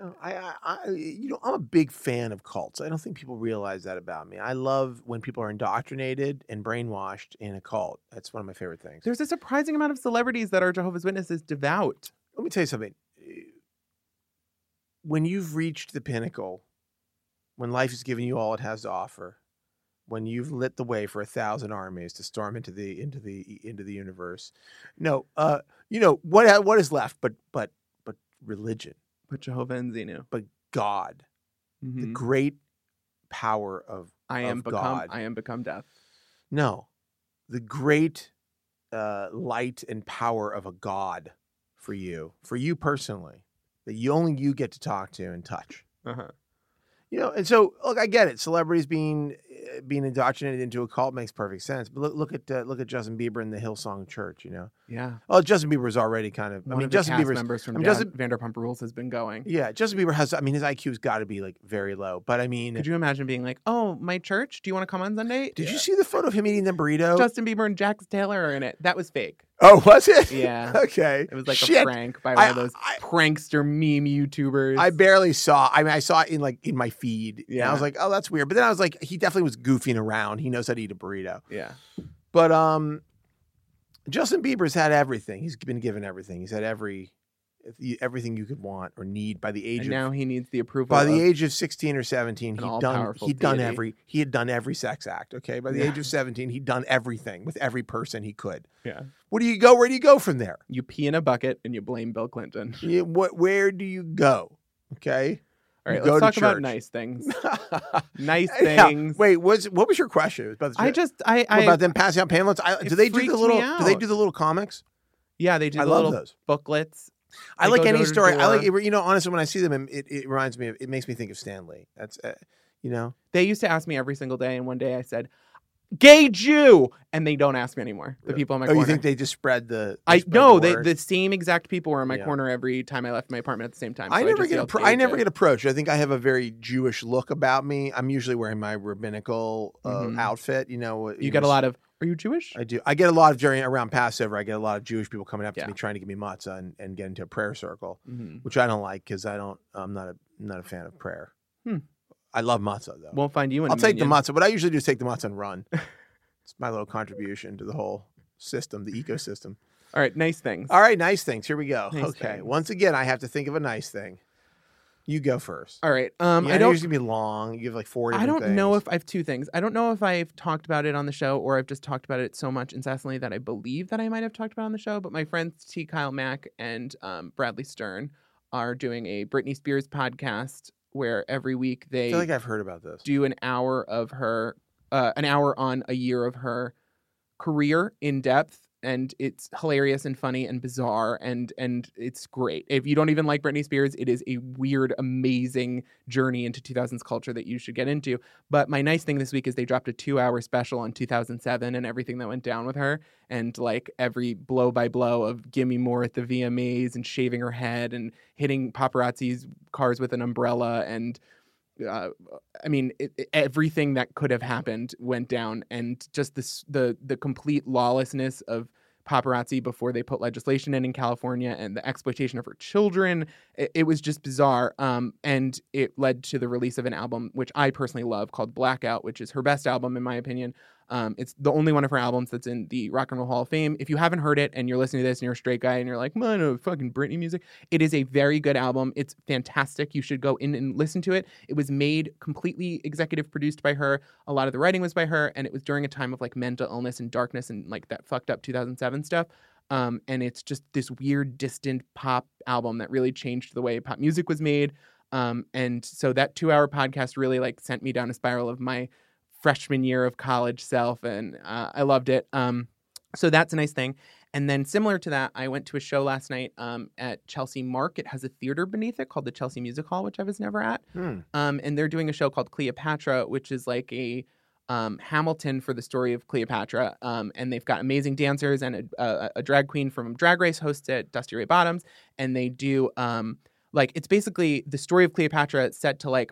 Uh, I, I, I, you know, I'm a big fan of cults. I don't think people realize that about me. I love when people are indoctrinated and brainwashed in a cult. That's one of my favorite things. there's a surprising amount of celebrities that are Jehovah's Witnesses devout. Let me tell you something. When you've reached the pinnacle, when life has given you all it has to offer, when you've lit the way for a thousand armies to storm into the into the e, into the universe, no, uh, you know what what is left but but but religion, But Jehovah and Zenu. God, Mm-hmm. the great power of I Mm-hmm. am of become God. I am become death. No, the great uh, light and power of a God for you, for you personally, that you only you get to talk to and touch. Uh-huh. You know, and so look, I get it. Celebrities being uh, being indoctrinated into a cult makes perfect sense. But look, look at uh, look at Justin Bieber in the Hillsong Church. You know, Yeah. well, Justin Bieber is already kind of. I One mean, of the Justin cast Bieber's members from I mean, Dan- Justin- Vanderpump Rules has been going. yeah, Justin Bieber has. I mean, his IQ's got to be like very low. But I mean, Could you imagine being like, "Oh, my church? Do you want to come on Sunday?" did you Yeah. see the photo of him eating the burrito? Justin Bieber and Jax Taylor are in it? That was fake. oh, was it? Yeah. [laughs] okay. It was like Shit. a prank by one I- of those I- prankster meme YouTubers. I barely saw. I mean, I saw it in like in my feed. Yeah, I Yeah. was like, oh, that's weird. But then I was like, he definitely was goofing around. He knows how to eat a burrito. yeah. But um, Justin Bieber's had everything. He's been given everything. He's had every everything you could want or need by the age And of now he needs the approval. by the of- age of 16 or 17 An he'd done all-powerful he'd done deity. every he had done every sex act okay by the Yeah. age of 17 he'd done everything with every person he could Yeah. what do you go where do you go from there you pee in a bucket and you blame Bill Clinton. you, what where do you go [laughs] okay All You right, go let's to talk about church. nice [laughs] things. Nice Yeah. things. Wait, was what was your question? It was about the- I just I what I about them passing out pamphlets. I, it do they do freaked the me little? Do they out. do the little comics? yeah they do I the love little those. booklets. I They like go any door to story. I like door. you know. Honestly, when I see them, it, it reminds me of. It makes me think of Stanley. That's uh, you know. They used to ask me every single day, and one day I said, "Gay Jew," and they don't ask me anymore. The Really? people in my oh, corner. you think they just spread the? I spread no, the they word? the same exact people were in my Yeah. corner every time I left my apartment at the same time. I so never just get yelled, appro- "Gay I never Jew." get approached. I think I have a very Jewish look about me. I'm usually wearing my rabbinical uh, Mhm. outfit. You know, You get a lot of. Are you Jewish? I do. I get a lot of during around Passover. I get a lot of Jewish people coming up to Yeah. me trying to give me matzah and, and get into a prayer circle. Mhm. which I don't like because I don't. I'm not a I'm not a fan of prayer. Hmm. I love matzah though. Won't find you in. I'll a take the minion. matzah. What I usually do is take the matzah and [laughs] run. it's my little contribution to the whole system, the ecosystem. All right, nice things. All right, nice things. Here we go. Nice okay, things. once again, I have to think of a nice thing. You go first. All right. Um, yeah, I don't. Yours gonna be long. You give like four. I don't different know things. if I have two things. I don't know if I've talked about it on the show or I've just talked about it so much incessantly that I believe that I might have talked about it on the show. But my friends T. Kyle Mack and um, Bradley Stern are doing a Britney Spears podcast where every week I they feel like I've heard about this. do an hour of her, uh, an hour on a year of her career in depth, and it's hilarious and funny and bizarre and and it's great. If you don't even like Britney Spears, it is a weird, amazing journey into 2000s culture that you should get into. But my nice thing this week is they dropped a two-hour special on 2007 and everything that went down with her, and like every blow by blow of Gimme More at the VMAs and shaving her head and hitting paparazzi's cars with an umbrella and uh, I mean, it, it- everything that could have happened went down, and just this the the complete lawlessness of paparazzi before they put legislation in in California, and the exploitation of her children. It, it was just bizarre, um, and it led to the release of an album which I personally love called Blackout, which is her best album in my opinion. Um, it's the only one of her albums that's in the Rock and Roll Hall of Fame. If you haven't heard it and you're listening to this and you're a straight guy and you're like, man, no fucking Britney music, it is a very good album. It's fantastic. You should go in and listen to it. It was made completely executive produced by her. A lot of the writing was by her, and it was during a time of like mental illness and darkness and like that fucked up 2007 stuff. Um, and it's just this weird, distant pop album that really changed the way pop music was made. Um, and so that two hour podcast really like sent me down a spiral of my freshman year of college self, and uh, I loved it. Um, so that's a nice thing. And then similar to that, I went to a show last night um, at Chelsea Mark. It has a theater beneath it called the Chelsea Music Hall, which I was never at. Hmm. Um, and they're doing a show called Cleopatra, which is like a um, Hamilton for the story of Cleopatra. Um, and they've got amazing dancers and a, a, a drag queen from Drag Race hosts it, Dusty Ray Bottoms. And they do um, like it's basically the story of Cleopatra set to like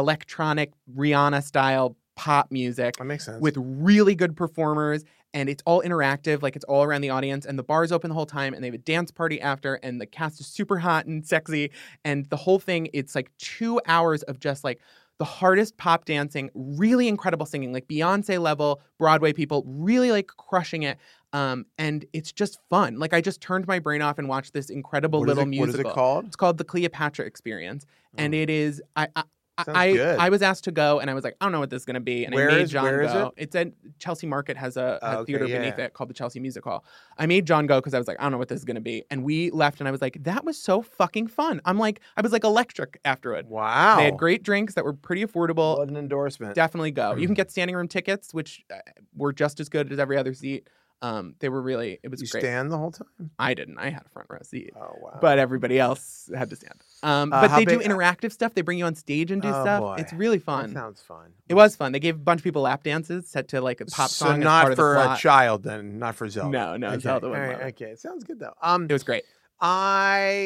electronic Rihanna style pop music That makes sense. with really good performers and it's all interactive like it's all around the audience and the bar's open the whole time and they have a dance party after and the cast is super hot and sexy and the whole thing it's like 2 hours of just like the hardest pop dancing really incredible singing like Beyonce level Broadway people really like crushing it um and it's just fun like I just turned my brain off and watched this incredible What is little it- musical What is it called? it's called the Cleopatra experience and Mm. it is I I I- Sounds I, good. I was asked to go and I was like, I don't know what this is gonna be. And Where I made is- John where go. is It's at Chelsea Market has a, a Oh, okay, theater yeah. beneath it called the Chelsea Music Hall. I made John go because I was like, I don't know what this is gonna be. And we left and I was like, that was so fucking fun. I'm like, I was like electric afterward. Wow. They had great drinks that were pretty affordable. What an endorsement. Definitely go. You can Mm. get standing room tickets, which uh, were just as good as every other seat. Um, they were really it was you great. stand the whole time. I didn't. I had a front row seat Oh wow. but everybody else had to stand. Um, Uh, but how they do big- interactive stuff. They bring you on stage and do Oh, stuff. boy. It's really That fun. sounds fun. It was fun. They gave a bunch of people lap dances set to like a pop so song. as not part of the for a plot. child then, not for Zelda. No, no, okay. Zelda All wouldn't right, love it. okay, it sounds good though. Um, It was great. I,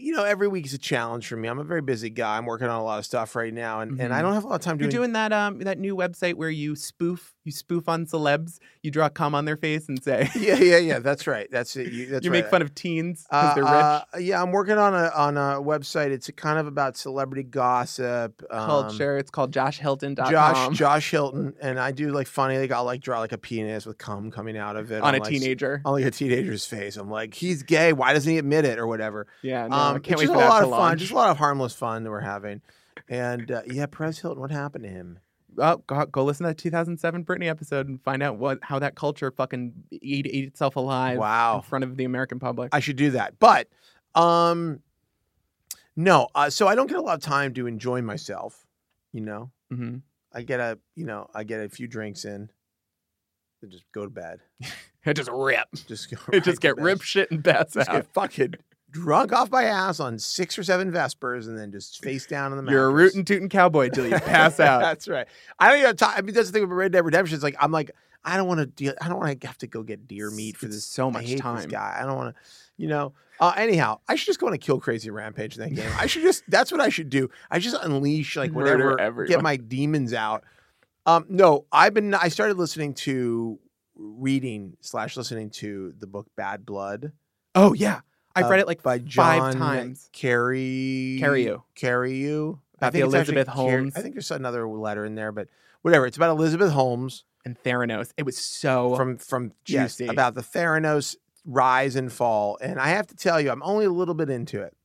you know, every week is a challenge for me. I'm a very busy guy. I'm working on a lot of stuff right now, and, and I Mhm. don't have a lot of time You're doing. doing that um that new website where you spoof you spoof on celebs. You draw cum on their face and say [laughs] [laughs] yeah, yeah, yeah. That's right. That's it. You, that's you right. make fun of teens because Uh, they're rich. uh, yeah, I'm working on a on a website. It's kind of about celebrity gossip, um, Culture. It's called JoshHilton.com. Josh Josh Hilton, and I do like funny. Like I'll like draw like a penis with cum coming out of it on a like, um, s- teenager. on like a teenager's face. I'm like, he's gay. Why doesn't he admit it or whatever? yeah, no, I um, it's can't wait just for a that lot to of fun. launch. Just a lot of harmless fun that we're having. And uh, yeah, Perez Hilton, what happened to him? Oh, go, go listen to that 2007 Britney episode and find out what how that culture fucking eat, eat itself alive. in Wow, front of the American public. I should do that. But um, no, uh, so I don't get a lot of time to enjoy myself. You know, Mhm. I get a you know I get a few drinks in, and just go to bed. It just [laughs] rip. Just go It just right to get bed. ripped shit and bats Just out. get fucking drunk off my ass on six or seven vespers, and then just face down on the mattress. You're a rootin' tootin' cowboy till you [laughs] pass out. that's right. I don't even have time. I mean, that's the thing about Red Dead Redemption. It's like I'm like I don't want to deal. I don't want to have to go get deer meat for It's this. so much I hate time. This guy. I don't want to. You know. Uh, anyhow, I should just go on a kill crazy rampage in that game. I should just. That's what I should do. I just unleash like Murder whatever. Get everyone. my demons out. Um, no, I've been. I started listening to reading slash listening to the book Bad Blood. oh yeah, I've uh, read it like by five John times. Carry Carreyou. Carreyou. About the it's actually Elizabeth Car- Holmes. I think there's another letter in there, but whatever. It's about Elizabeth Holmes And Theranos. It was so. from from yes, juicy. about the Theranos rise and fall. And I have to tell you, I'm only a little bit into it,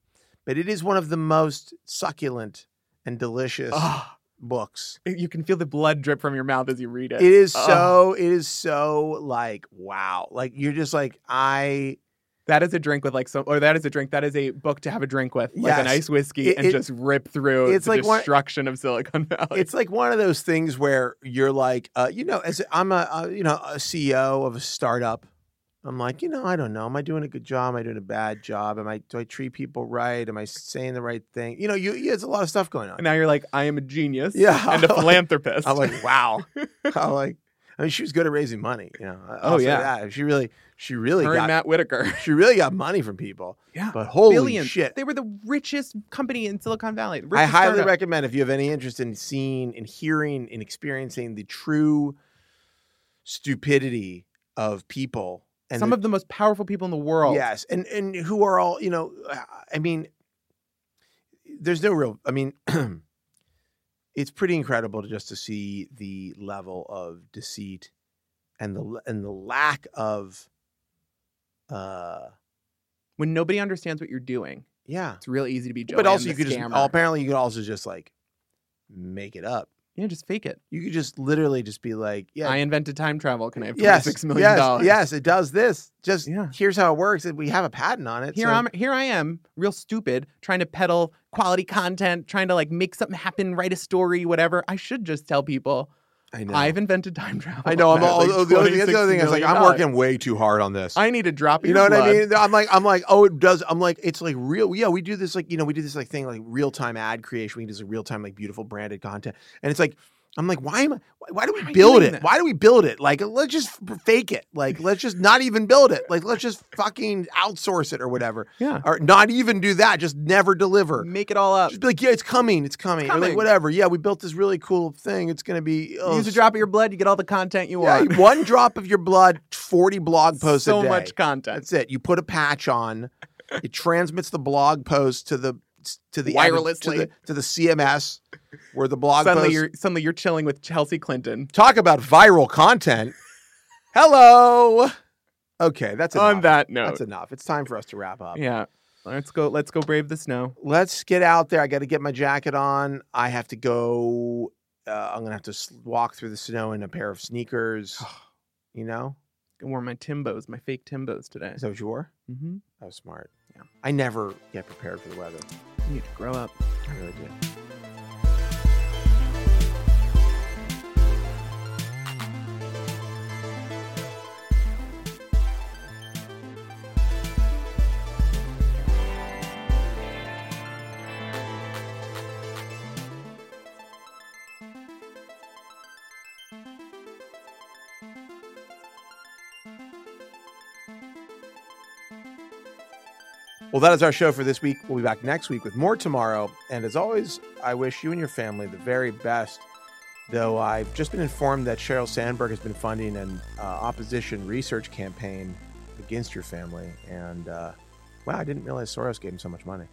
but it is one of the most succulent and delicious Ah, books. you can feel the blood drip from your mouth as you read it. It is Ugh. so. It is so like wow. Like you're just like I. that is a drink with like some, or that is a drink. That is a book to have a drink with, like Yes. an ice whiskey, It- and it- just rip through it's the like one- destruction of Silicon Valley. it's like one of those things where you're like, uh, you know, as I'm a, uh you know a CEO of a startup, I'm like, you know, I don't know, am I doing a good job? Am I doing a bad job? Am I do I treat people right? Am I saying the right thing? You know, you, you there's a lot of stuff going and on. [laughs] now you're like, I am a genius. Yeah, [laughs] and a I'm like- philanthropist. I'm like, [laughs] wow. I'm like, I mean, she was good at raising money. You know, I- I'll Oh, say yeah. that. she really, she really her and got, Matt Whitaker. [laughs] she really got money from people. Yeah. but holy [laughs] Billions. shit. They were the richest company in Silicon Valley. the I richest highly startup. recommend if you have any interest in seeing, in hearing, in experiencing the true stupidity of people. And some the- of the most powerful people in the world. yes, and and who are all you know? I mean, there's no real. I mean, [clears throat] it's pretty incredible to just to see the level of deceit and the and the lack of. Uh, When nobody understands what you're doing, yeah, it's real easy to be Joey. but also and you the could just scammer. apparently you could also just like make it up. yeah, just fake it. You could just literally just be like, yeah, I invented time travel. Can I have yes, twenty-six million yes, dollars? Yes, it does this. Just Yeah. here's how it works. and We have a patent on it. Here so- I'm. Here I am, real stupid, trying to peddle quality content, trying to like make something happen, write a story, whatever. I should just tell people. I know. I've invented time travel. I know. I'm at, all, like, oh, the, other thing, that's the other thing. $26 is like I'm million. working way too hard on this. I need to drop. you know what I mean? I'm like, I'm like, oh, it does. I'm like, it's like real. Yeah, we do this like, you know, we do this like thing like real time ad creation. We do this like, real time like beautiful branded content, and it's like, I'm like, why am I? Why, why do we Why are you build doing it? this? Why do we build it? Like, let's just f- fake it. Like, let's just not even build it. Like, let's just fucking outsource it or whatever, Yeah. or not even do that. Just never deliver. Make it all up. Just be like, yeah, it's coming, it's coming, Or like coming. whatever. Yeah, we built this really cool thing. It's gonna be oh, Use a drop of your blood. You get all the content you yeah, [laughs] want. one drop of your blood, forty blog posts so a day. much content. That's it. You put a patch on. It transmits the blog post to the to the to Wirelessly. the, to the CMS where the blog suddenly post. you're suddenly you're chilling with Chelsea Clinton. Talk about viral content. Hello. Okay, that's enough. On that note, That's enough. It's time for us to wrap up. yeah, let's go. Let's go brave the snow. Let's get out there. I got to get my jacket on. I have to go. Uh, I'm gonna have to s- walk through the snow in a pair of sneakers. You know, I wore my Timbos, my fake Timbos today. is that what you were? Mm-hmm. That was smart. Yeah. I never get prepared for the weather. You need to grow up. I really do. Well, that is our show for this week. We'll be back next week with more tomorrow. And as always, I wish you and your family the very best. Though I've just been informed that Sheryl Sandberg has been funding an uh, opposition research campaign against your family. And uh, wow, I didn't realize Soros gave him so much money.